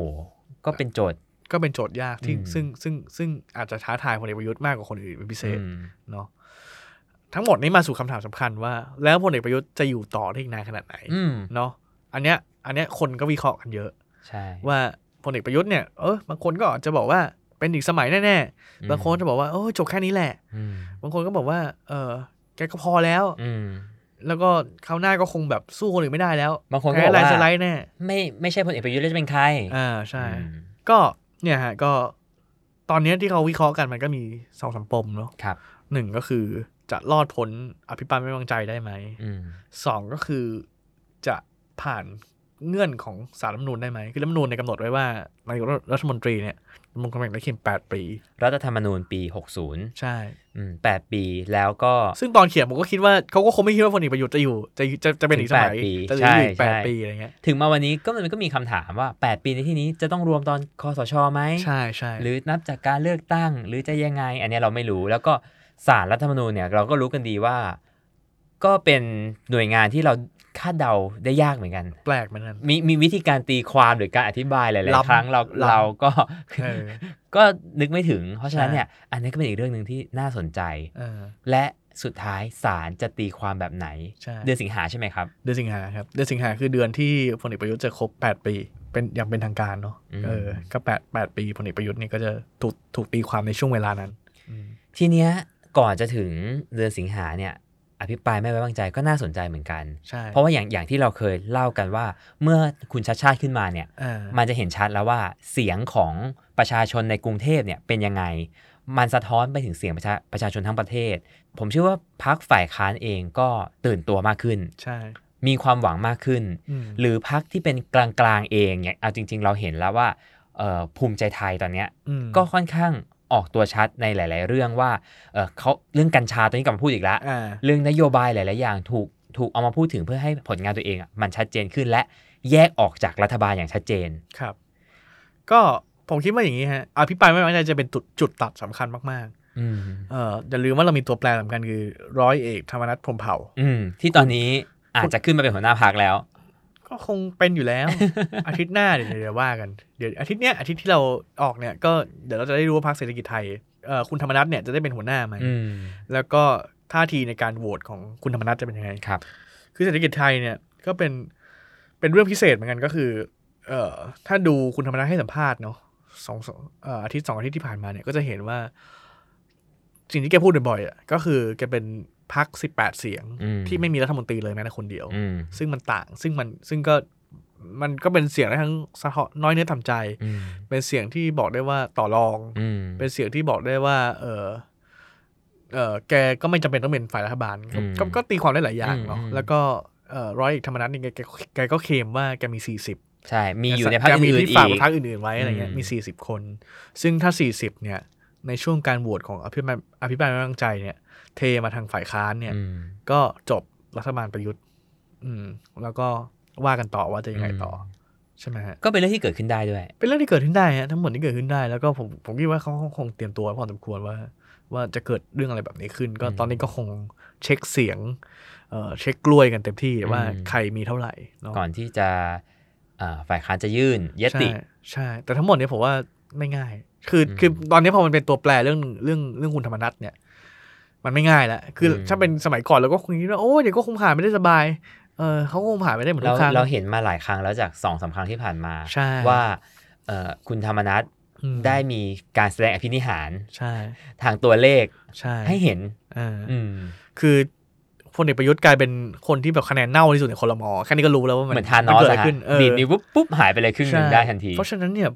[SPEAKER 3] ก็เป็นโจทย์
[SPEAKER 2] ก็เป็นโจทย์ยากที่
[SPEAKER 3] อืม
[SPEAKER 2] ซึ่งซึ่งซึ่งอาจจะท้าทายพลเอกประยุทธ์มากกว่าคนอื่นเป็นพิเศษ
[SPEAKER 3] อืม
[SPEAKER 2] เนาะ ทั้งหมดนี้มาสู่คำถามสำคัญว่า แล้วพลเอกประยุทธ์จะอยู่ต่อได้อีกนานขนาดไหน
[SPEAKER 3] อืม
[SPEAKER 2] เนาะอันเนี้ยอันเนี้ยคนก็วิเคราะห์กันเยอะ
[SPEAKER 3] ใช่
[SPEAKER 2] ว่าพลเอกประยุทธ์เนี่ยเออบางคนก็จะบอกว่าเป็นอีกสมัยแน่
[SPEAKER 3] อื
[SPEAKER 2] ๆ
[SPEAKER 3] ม
[SPEAKER 2] บางคนจะบอกว่าโอ้ยจบแค่นี้แหละ
[SPEAKER 3] อืม
[SPEAKER 2] บางคนก็บอกว่า เออแกก็พอแล้ว
[SPEAKER 3] อืม
[SPEAKER 2] แล้วก็คราวหน้าก็คงแบบสู้คนอื่นไม่ได้แล้ว
[SPEAKER 3] บางคนก็
[SPEAKER 2] แพ้
[SPEAKER 3] บอก
[SPEAKER 2] ไล
[SPEAKER 3] ว่า
[SPEAKER 2] น์สไลด์แน่
[SPEAKER 3] ไม่ไม่ใช่พลเอกประยุทธ์แล้วจะเป็นใคร
[SPEAKER 2] อ่าใช่
[SPEAKER 3] อืม
[SPEAKER 2] ก็เนี่ยฮะก็ตอนเนี้ยที่เขาวิเคราะห์กันมันก็มีสองสามปมเนาะ
[SPEAKER 3] ครับ
[SPEAKER 2] หนึ่งก็คือจะรอดพ้นอภิปรายไม่ไว้วางใจได้ไหม
[SPEAKER 3] อืม
[SPEAKER 2] สองก็คือจะผ่านเงื่อนของสารรัฐธรรมนูญได้ไหมคือรัฐธรรมนูญเนี่ยกำหนดไว้ว่านายกรัฐมนตรีเนี่ยดำรงตำแหน่งได้เพียงแปดปี
[SPEAKER 3] รัฐธรรมนูญปี 60
[SPEAKER 2] ใช่
[SPEAKER 3] อืมแปดปีแล้วก็
[SPEAKER 2] ซึ่งตอนเขียนผมก็คิดว่าเขาก็คงไม่คิดว่าพลเอกประยุทธ์จะอยู่จะจะจะเป็นอีกสมัยจะอยู่อีกแปดปีอะไรเงี้ย
[SPEAKER 3] ถึงมาวันนี้ก็มันก็มีคำถามว่า 8 ปีในที่นี้จะต้องรวมตอนคอสชไหม
[SPEAKER 2] ใช่ใช่
[SPEAKER 3] หรือนับจากการเลือกตั้งหรือจะยังไง อันเนี้ยเราไม่รู้แล้วก็สารรัฐธรรมนูญเนี่ยเราก็รู้กันดีว่า ก็เป็นหน่วยงานที่เราคาดเดาได้ยากเหมือนกัน
[SPEAKER 2] แปลกเหมือนกัน
[SPEAKER 3] มีมีวิธีการตีความหรือการอธิบายหลาย
[SPEAKER 2] ล้ำ
[SPEAKER 3] ๆครั้งเรา
[SPEAKER 2] ล้ำ
[SPEAKER 3] เราก็
[SPEAKER 2] เออ
[SPEAKER 3] ก็นึกไม่ถึง เพราะฉะนั้น
[SPEAKER 2] ใช่
[SPEAKER 3] เนี่ยอันนี้ก็เป็นอีกเรื่องหนึ่งที่น่าสนใจ
[SPEAKER 2] เออ
[SPEAKER 3] และสุดท้ายศาลจะตีความแบบไหน
[SPEAKER 2] ใช่
[SPEAKER 3] เดือนสิงหาใช่ไหมครับ
[SPEAKER 2] เดือนสิงหาครับเดือนสิงหาคือเดือนที่พลเอกประยุทธ์จะครบ 8 ปี เป็นอย่างเป็นทางการเนาะ
[SPEAKER 3] อืม
[SPEAKER 2] เออก็8 8ปีพลเอกประยุทธ์นี่ก็จะถูกถูกตีความในช่วงเวลานั้น
[SPEAKER 3] ทีเนี้ยก่อนจะถึงเดือนสิงหาเนี่ยอภิปรายไม่ไว้วางใจก็น่าสนใจเหมือนกัน
[SPEAKER 2] ใช่
[SPEAKER 3] เพราะว่าอย่างอย่างที่เราเคยเล่ากันว่า เมื่อคุณชัดชาติขึ้นมาเนี่ย
[SPEAKER 2] เออ
[SPEAKER 3] มันจะเห็นชัดแล้วว่าเสียงของประชาชนในกรุงเทพเนี่ยเป็นยังไง มันสะท้อนไปถึงเสียงประชาประชาชนทั้งประเทศ ผมเชื่อว่าพักฝ่ายค้านเองก็ตื่นตัวมากขึ้น
[SPEAKER 2] ใช่
[SPEAKER 3] มีความหวังมากขึ้น
[SPEAKER 2] อืม
[SPEAKER 3] หรือพักที่เป็นกลางๆเองเนี่ยเอาจริง ๆ เราเห็นแล้วว่าเอ่อภูมิใจไทยตอนเนี้ย
[SPEAKER 2] ม
[SPEAKER 3] ก็ค่อนข้างออกตัวชัดในหลาย ๆ เรื่องว่าเอ่อเขาเรื่องกัญชาตอนนี้กลับมาพูดอีกแล้ว
[SPEAKER 2] อ่า
[SPEAKER 3] เรื่องนโยบายหลาย ๆ อย่างถูกถูกเอามาพูดถึงเพื่อให้ผลงานตัวเองอะมันชัดเจนขึ้นและแยกออกจากรัฐบาลอย่างชัดเจน
[SPEAKER 2] ครับ ก็ผมคิดว่าอย่างนี้ฮะอภิปรายไม่ไว้วางใจจะเป็นจุดจุดตัดสำคัญมาก
[SPEAKER 3] อืม
[SPEAKER 2] ๆเอออย่าลืมว่าเรามีตัวแปรสำคัญคือร้อยเอกธรรมนัฐพรหมเผ่า
[SPEAKER 3] อืม ที่ตอนนี้อาจจะขึ้นมาเป็นหัวหน้าพักแล้ว
[SPEAKER 2] ก็คงเป็นอยู่ แล้ว อาทิตย์หน้าเดี๋ยวเดี๋ยวว่ากันเดี๋ยวอาทิตย์เนี้ยอาทิตย์ที่เราออกเนี่ยก็เดี๋ยวเราจะได้รู้ว่าพรรคเศรษฐกิจไทยเอ่อคุณธรรมนัฐเนี่ยจะได้เป็นหัวหน้าไหม
[SPEAKER 3] อืม
[SPEAKER 2] แล้วก็ท่าทีในการโหวตของคุณธรรมนัฐจะเป็นยังไง
[SPEAKER 3] ครับ
[SPEAKER 2] คือเศรษฐกิจไทยเนี่ยก็เป็น เป็นเรื่องพิเศษเหมือนกันก็คือ เอ่อ ถ้าดูคุณธรรมนัฐให้สัมภาษณ์เนาะสองสองเอ่ออาทิตย์สองอาทิตย์ที่ผ่านมาเนี่ยก็จะเห็นว่า สิ่งที่แกพูดบ่อยๆอ่ะก็คือแกเป็นพักสิบแปดเสียง
[SPEAKER 3] อืม
[SPEAKER 2] ที่ไม่มีรัฐมนตรีเลยแม้แต่คนเดียว
[SPEAKER 3] อืม
[SPEAKER 2] ซึ่งมันต่าง ซึ่งมันซึ่งก็มันก็เป็นเสียงได้ทั้งสะเทาะน้อยเนื้อต่ำใจ
[SPEAKER 3] อืม
[SPEAKER 2] เป็นเสียงที่บอกได้ว่าต่อรอง
[SPEAKER 3] อืม
[SPEAKER 2] เป็นเสียงที่บอกได้ว่า เออเออแกก็ไม่จำเป็นต้องเป็นฝ่ายรัฐบาลก็
[SPEAKER 3] อืม
[SPEAKER 2] ก็ก็ตีความได้หลายอย่าง
[SPEAKER 3] อืม
[SPEAKER 2] เนาะ
[SPEAKER 3] อืม
[SPEAKER 2] แล้วก็เอ่อร้อยเอกธรรมนัฐนี่แกแกแกก็เคลมว่าแกมี 40
[SPEAKER 3] ใช่ มีอยู่ในพัก
[SPEAKER 2] แกมี
[SPEAKER 3] อื่น
[SPEAKER 2] ที่
[SPEAKER 3] ๆอี
[SPEAKER 2] ฝาก
[SPEAKER 3] ก
[SPEAKER 2] พรรคอื่นๆไว้อะไรเงี้ย
[SPEAKER 3] อืม
[SPEAKER 2] มี 40 คน ซึ่งถ้า 40 เนี่ย ในช่วงการโหวตของอภิปรายอภิปรายไม่ไว้วางใจเนี่ย เทมาทางฝ่ายค้านเนี่ย
[SPEAKER 3] อืม
[SPEAKER 2] ก็จบรัฐบาลประยุทธ์ อืม แล้วก็ว่ากันต่อว่าจะยังไงต่ออใช่ไหมฮะ
[SPEAKER 3] ก็เป็นเรื่องที่เกิดขึ้นได้ด้วย
[SPEAKER 2] เป็นเรื่องที่เกิดขึ้นได้ฮะทั้งหมดที่เกิดขึ้นได้แล้วก็ผมผมคิดว่าเขาคงเตรียมตัวพอสมควรว่า ว่าจะเกิดเรื่องอะไรแบบนี้ขึ้น ก็
[SPEAKER 3] อืม
[SPEAKER 2] ตอนนี้ก็คงเช็คเสียงเอ่อเช็คกล้วยกันเต็มที่
[SPEAKER 3] อืม
[SPEAKER 2] ว่าใครมีเท่าไหร่เนาะ
[SPEAKER 3] ก่อนที่จะอ่าฝ่ายค้านจะยื่นย
[SPEAKER 2] ใช่
[SPEAKER 3] ติ
[SPEAKER 2] ใช่ แต่ทั้งหมดเนี้ผมว่าไม่ง่าย คือ
[SPEAKER 3] อืม
[SPEAKER 2] คือตอนนี้พอมันเป็นตัวแปรเรื่องเรื่องเรื่องคุณธรรมนัฐเนี่ย มันไม่ง่ายแล้วคืออ
[SPEAKER 3] ม
[SPEAKER 2] ถ้าเป็นสมัยก่อนเราก็คงคิดว่าโอ้ยเดี๋ยวก็คงผ่านไม่ได้สบายเออเขาคงผ่านไม่ได้เหมือน
[SPEAKER 3] เรา
[SPEAKER 2] ทุกครั้ง
[SPEAKER 3] เราเห็นมาหลายครั้งแล้วจากสองสามครั้งที่ผ่านมา
[SPEAKER 2] ใช่
[SPEAKER 3] ว่าเอ่อคุณธรรมนัฐ
[SPEAKER 2] อืม
[SPEAKER 3] ได้มีการแสดงอภินิหาร
[SPEAKER 2] ใช่
[SPEAKER 3] ทางตัวเลข
[SPEAKER 2] ใช่
[SPEAKER 3] ให้เห็น
[SPEAKER 2] เออ
[SPEAKER 3] อืม
[SPEAKER 2] คือพลเอกประยุทธ์กลายเป็นคนที่แบบคะแนนเน่าที่สุดในคอรมอแค่นี้ก็รู้แล้วว่ามัน
[SPEAKER 3] เหมือนทานอ
[SPEAKER 2] มั
[SPEAKER 3] ส
[SPEAKER 2] เกิดะ
[SPEAKER 3] อะ
[SPEAKER 2] ไร
[SPEAKER 3] ฮะ
[SPEAKER 2] ขึ้นเออ
[SPEAKER 3] ดีดนิ้วปุ๊บปุ๊บหายไปเลยครึ่งหนึ่ง
[SPEAKER 2] ใช่
[SPEAKER 3] ได้ทันที
[SPEAKER 2] เพราะฉะนั้นเนี่ย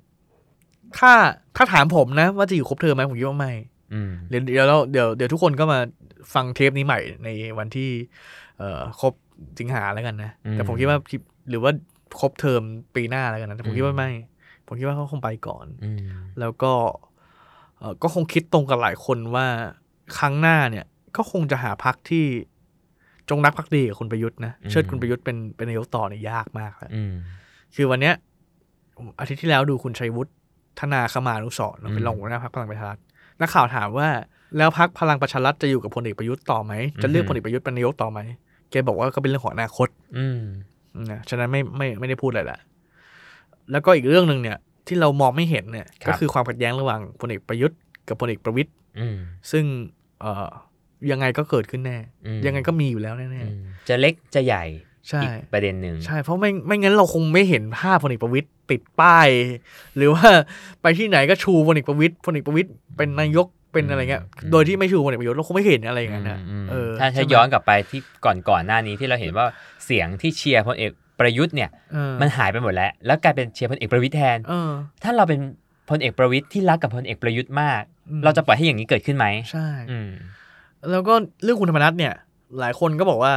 [SPEAKER 2] ถ้าถ้าถามผมนะ ว่าจะอยู่ครบเทอมไหมผมคิดว่าไม่
[SPEAKER 3] อืม
[SPEAKER 2] เดี๋ยวเดี๋ยวเราเดี๋ยวเดี๋ยวทุกคนก็มาฟังเทปนี้ใหม่ในวันที่ เอ่อครบสิงหาแล้วกันนะ แต่ผมคิดว่าคิดหรือว่าครบเทอมปีหน้าแล้วกันนะแต่ผมคิดว่าไม่ ผมคิดว่าเขาคงไปก่อน
[SPEAKER 3] อืม
[SPEAKER 2] แล้วก็เอ่อก็คงคิดตรงกับหลายคนว่าครั้งหน้าเนี่ยก็คงจะหาพักที่จงรักภักดีกับคุณประยุทธ์นะเชิดคุณประยุทธ์เป็นเป็นนายกต่อเนี่ยยากมากแล้ว
[SPEAKER 3] อืม
[SPEAKER 2] คือวันเนี้ยอาทิตย์ที่แล้วดูคุณชัยวุฒิธนาคมานุสรณ์
[SPEAKER 3] อืม
[SPEAKER 2] เป็นรองหัวหน้าพักพลังประชารัฐนักข่าวถามว่า แล้วพักพลังประชารัฐจะอยู่กับพลเอกประยุทธ์ต่อไหมจะเลือกพลเอกประยุทธ์เป็นนายกต่อไหมแกบอกว่าก็เป็นเรื่องของอนาคต
[SPEAKER 3] อืม
[SPEAKER 2] นะฉะนั้นไม่ไม่ไม่ได้พูดอะไรละแล้วก็อีกเรื่องหนึ่งเนี่ย ที่เรามองไม่เห็นเนี่ยก็คือความขัดแย้งระหว่างพลเอกประยุทธ์กับพลเอกประวิตย
[SPEAKER 3] อืม
[SPEAKER 2] ซึ่งเอ่อยังไงก็เกิดขึ้นแน่
[SPEAKER 3] อืม
[SPEAKER 2] ยังไงก็มีอยู่แล้วแน่
[SPEAKER 3] อืมจะเล็กจะใหญ่
[SPEAKER 2] ๆใช่
[SPEAKER 3] อีกประเด็นหนึ่ง
[SPEAKER 2] ใช่ เพราะไม่ไม่งั้นเราคงไม่เห็นภาพพลเอกประวิตยติดป้าย หรือว่าไปที่ไหนก็ชูพลเอกประวิตยพลเอกประวิตยเป็นนายกเป็นอะไรเงี้ย
[SPEAKER 3] อืม
[SPEAKER 2] โดยที่ไม่ชูพลเอกประยุทธ์เราคงไม่เห็นอะไรอย่างนั้นนะ
[SPEAKER 3] อืม
[SPEAKER 2] เออ
[SPEAKER 3] ถ้า
[SPEAKER 2] ใช่
[SPEAKER 3] ถ้า
[SPEAKER 2] ไหม
[SPEAKER 3] ย้อนกลับไปที่ก่อนก่อนหน้านี้ที่เราเห็นว่าเสียงที่เชียร์พลเอกประยุทธ์เนี่ย
[SPEAKER 2] เออ
[SPEAKER 3] มันหายไปหมดแล้ว แล้วกลายเป็นเชียร์พลเอกประวิทย์แทน
[SPEAKER 2] เออ
[SPEAKER 3] ถ้าเราเป็นพลเอกประวิทย์ที่รักกับพลเอกประยุทธ์มาก
[SPEAKER 2] อืม
[SPEAKER 3] เราจะปล่อยให้อย่างนี้เกิดขึ้นไหม
[SPEAKER 2] ใช่
[SPEAKER 3] อืม
[SPEAKER 2] แล้วก็เรื่องคุณธรรมนัฐเนี่ย หลายคนก็บอกว่า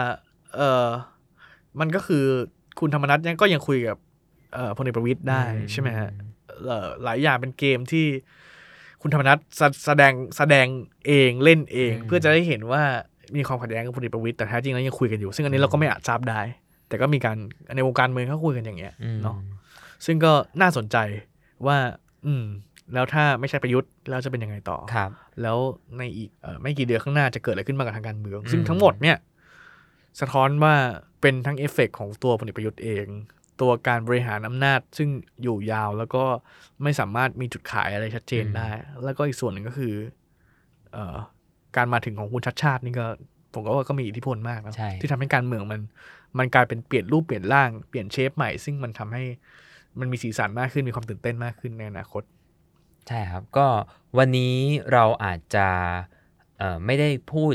[SPEAKER 2] เออมันก็คือคุณธรรมนัฐเนี่ยก็ยังคุยกับเอ่อพลเอกประวิตยได้
[SPEAKER 3] อืม
[SPEAKER 2] ใช่ไหมฮะเอ่อหลายอย่างเป็นเกมที่คุณธรรมนัฐแสแสดงแสดงเองเล่นเอง เพื่อจะได้เห็นว่ามีความขัดแย้งกับพลเอกประวิตยแต่แท้จริงแล้วยังคุยกันอยู่ ซึ่งอันนี้เราก็ไม่อาจทราบได้ แต่ก็มีการในวงการเมืองเขาคุยกันอย่างเงี้ย
[SPEAKER 3] อืม
[SPEAKER 2] เนาะซึ่งก็น่าสนใจว่า อืม แล้วถ้าไม่ใช่ประยุทธ์แล้วจะเป็นยังไงต่อ
[SPEAKER 3] ครับ
[SPEAKER 2] แล้วในอีกเอ่อไม่กี่เดือนข้างหน้าจะเกิดอะไรขึ้นมากับทางการเมือง
[SPEAKER 3] อืม
[SPEAKER 2] ซึ่งทั้งหมดเนี่ย สะท้อนว่าเป็นทั้งเอฟเฟกต์ของตัวพลเอกประยุทธ์เอง ตัวการบริหารอำนาจ ซึ่งอยู่ยาวแล้วก็ไม่สามารถมีจุดขายอะไรชัดเจนได้ แล้วก็อีกส่วนหนึ่งก็คือ เอ่อการมาถึงของคุณชัดชาตินี่ก็ ผมก็ว่าก็มีอิทธิพลมากนะ
[SPEAKER 3] ใช่
[SPEAKER 2] ที่ทำให้การเมืองมัน มันกลายเป็นเปลี่ยนรูปเปลี่ยนร่างเปลี่ยนเชฟใหม่ ซึ่งมันทำให้มันมีสีสันมากขึ้นมีความตื่นเต้นมากขึ้นในอนาคต
[SPEAKER 3] ใช่ครับ ก็วันนี้เราอาจจะเอ่อไม่ได้พูด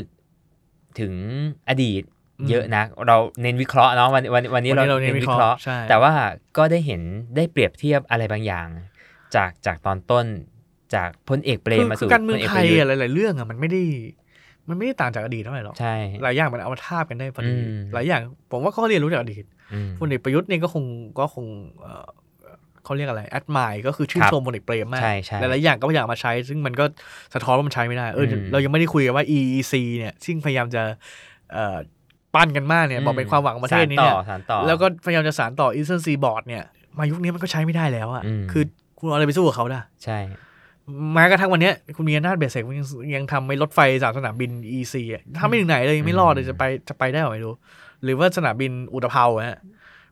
[SPEAKER 3] ถึงอดีต
[SPEAKER 2] อืม
[SPEAKER 3] เยอะนะเราเน้นวิเคราะห์เนาะวันวันวันนี้
[SPEAKER 2] วันนี้เรา
[SPEAKER 3] เรา
[SPEAKER 2] เน้
[SPEAKER 3] เน้
[SPEAKER 2] น
[SPEAKER 3] น
[SPEAKER 2] วิ
[SPEAKER 3] วิ
[SPEAKER 2] เค
[SPEAKER 3] เค
[SPEAKER 2] ราะ
[SPEAKER 3] ราะ
[SPEAKER 2] ห์
[SPEAKER 3] ห์
[SPEAKER 2] ใช่
[SPEAKER 3] แต่ว่าก็ได้เห็นได้เปรียบเทียบอะไรบางอย่าง จากจากตอนต้นจากพลเอกเปรมมา
[SPEAKER 2] คื
[SPEAKER 3] สู่
[SPEAKER 2] อการเมือง
[SPEAKER 3] พลเอก
[SPEAKER 2] ไท
[SPEAKER 3] ป
[SPEAKER 2] ย
[SPEAKER 3] ระยุท
[SPEAKER 2] อะ
[SPEAKER 3] ธ์
[SPEAKER 2] หลายๆเรื่องอะมันไม่ได้ มันไม่ได้ต่างจากอดีตเท่าไหร่หรอก
[SPEAKER 3] ใช่
[SPEAKER 2] หลายอย่างมันเอามาทาบกันได้พอดี
[SPEAKER 3] อืม
[SPEAKER 2] หลายอย่าง ผมว่าเขาก็เรียนรู้จากอดีต
[SPEAKER 3] อืม
[SPEAKER 2] พลเอกประยุทธ์เนี่ยก็คงก็คงเอ่อเขาเรียกอะไรแอดมายก็คือชื่น
[SPEAKER 3] ครับ
[SPEAKER 2] ชมพลเอกเปรมมาก
[SPEAKER 3] ใช่ใช่
[SPEAKER 2] หลายๆอย่างก็พยายามเอามาใช้ ซึ่งมันก็สะท้อนว่ามันใช้ไม่ได้เอออ
[SPEAKER 3] ม
[SPEAKER 2] เรายังไม่ได้คุยกันว่า EEC เนี่ยซึ่งพยายามจะเอ่อปั้นกันมากเนี่ยบอกเป็นความหวังของประเทศนี้เนี่ย
[SPEAKER 3] สานต่อสานต่อ
[SPEAKER 2] แล้วก็พยายามจะสานต่อ Eastern Seaboard เนี่ยมายุคนี้มันก็ใช้ไม่ได้แล้วอะ
[SPEAKER 3] อืม
[SPEAKER 2] คือคุณเอาอะไรไปสู้กับเขาล่ะ
[SPEAKER 3] ใช่
[SPEAKER 2] แม้กระทั่งวันเนี้ยคุณมีอำนาจเบสเซกยังยังทำไม่รถไฟจากสนามบิน EC อ่ะถ้าไม่ถึงไหนเลยยังไม่รอดเลยจะไปจะไปได้หรอไม่รู้ หรือว่าสนามบินอุตภเปาฮะ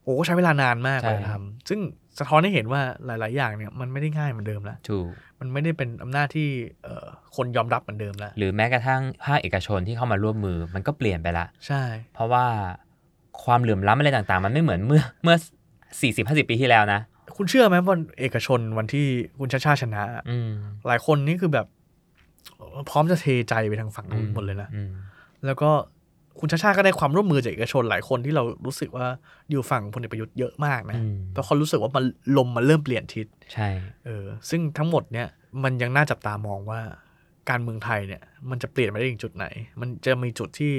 [SPEAKER 2] โอ้ก็ใช้เวลานานมากกว่าจะทำซึ่งสะท้อนให้เห็นว่าหลาย ๆ อย่างเนี่ยมันไม่ได้ง่ายเหมือนเดิมละ
[SPEAKER 3] ถูก
[SPEAKER 2] มันไม่ได้เป็นอำนาจที่เอ่อคนยอมรับเหมือนเดิมละ
[SPEAKER 3] หรือแม้กระทั่งภาคเอกชนที่เข้ามาร่วมมือมันก็เปลี่ยนไปละ
[SPEAKER 2] ใช่
[SPEAKER 3] เพราะว่าความเหลื่อมล้ำอะไรต่างๆ มันไม่เหมือนเมื่อเมื่อ สี่สิบห้าสิบปีที่แล้วนะ
[SPEAKER 2] คุณเชื่อไหมวันเอกชนวันที่คุณชาชาติชนะ
[SPEAKER 3] อืม
[SPEAKER 2] หลายคนนี่คือแบบ พร้อมจะเทใจไปทางฝั่งนู้นหมดเลยนะ
[SPEAKER 3] อืม
[SPEAKER 2] แล้วก็คุณชาชาติก็ได้ความร่วมมือจากเอกชนหลายคนที่เรารู้สึกว่าอยู่ฝั่งพลเอกประยุทธ์เยอะมากนะ
[SPEAKER 3] อืม
[SPEAKER 2] เพราะเขารู้สึกว่ามันลมมันเริ่มเปลี่ยนทิศ
[SPEAKER 3] ใช่
[SPEAKER 2] เออซึ่งทั้งหมดเนี่ยมันยังน่าจับตามองว่าการเมืองไทยเนี่ยมันจะเปลี่ยนไปได้ถึงจุดไหน มันจะมีจุดที่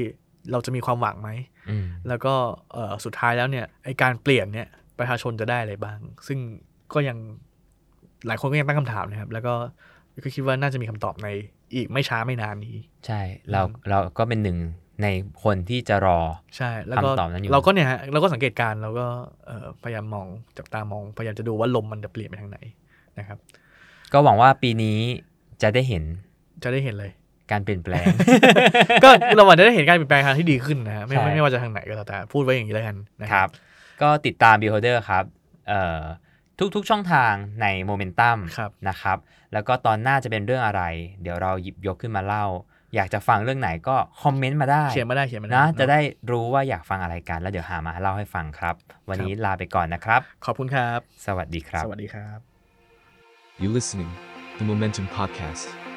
[SPEAKER 2] เราจะมีความหวังไหม
[SPEAKER 3] อืม
[SPEAKER 2] แล้วก็เอ่อสุดท้ายแล้วเนี่ยไอการเปลี่ยนเนี่ยประชาชนจะได้อะไรบ้าง ซึ่งก็ยังหลายคนก็ยังตั้งคำถามนะครับ แล้วก็ก็คิดว่าน่าจะมีคำตอบในอีกไม่ช้าไม่นานนี้
[SPEAKER 3] ใช่เราเราก็เป็นหนึ่งในคนที่จะรอ
[SPEAKER 2] ใช่ แล้วก็
[SPEAKER 3] คำตอบนั้นอยู่
[SPEAKER 2] เราก็เนี่ยฮะเราก็สังเกตการณ์เราก็เอ่อพยายามมองจับตามองพยายามจะดูว่าลมมันจะเปลี่ยนไปทางไหนนะครับ
[SPEAKER 3] ก็หวังว่าปีนี้จะได้เห็น
[SPEAKER 2] จะได้เห็นเลย
[SPEAKER 3] การเปลี่ยนแปลง
[SPEAKER 2] ก็เราหวังจะได้เห็นการเปลี่ยนแปลงทางที่ดีขึ้นนะฮะไม่
[SPEAKER 3] ใช่
[SPEAKER 2] ไม่ไม่ว่าจะทางไหนก็แล้วแต่พูดไว้อย่างนี้แล้วกันนะ
[SPEAKER 3] นะครับ ก็ติดตาม Beholder ครับเอ่อทุกๆช่องทางใน Momentum
[SPEAKER 2] ครับ
[SPEAKER 3] นะครับ แล้วก็ตอนหน้าจะเป็นเรื่องอะไร เดี๋ยวเราหยิบยกขึ้นมาเล่า อยากจะฟังเรื่องไหนก็คอมเมนต์มาได้
[SPEAKER 2] เขียนมาได้เขียนมาได้
[SPEAKER 3] นะ
[SPEAKER 2] เอ
[SPEAKER 3] จะได้รู้ว่าอยากฟังอะไรกัน แล้วเดี๋ยวหามาเล่าให้ฟังครับ วันนี้ลาไปก่อนนะครับ
[SPEAKER 2] ขอบคุณครับ
[SPEAKER 3] สวัสดีครับ
[SPEAKER 2] สวัสดีครับ
[SPEAKER 1] You listening, the Momentum Podcast.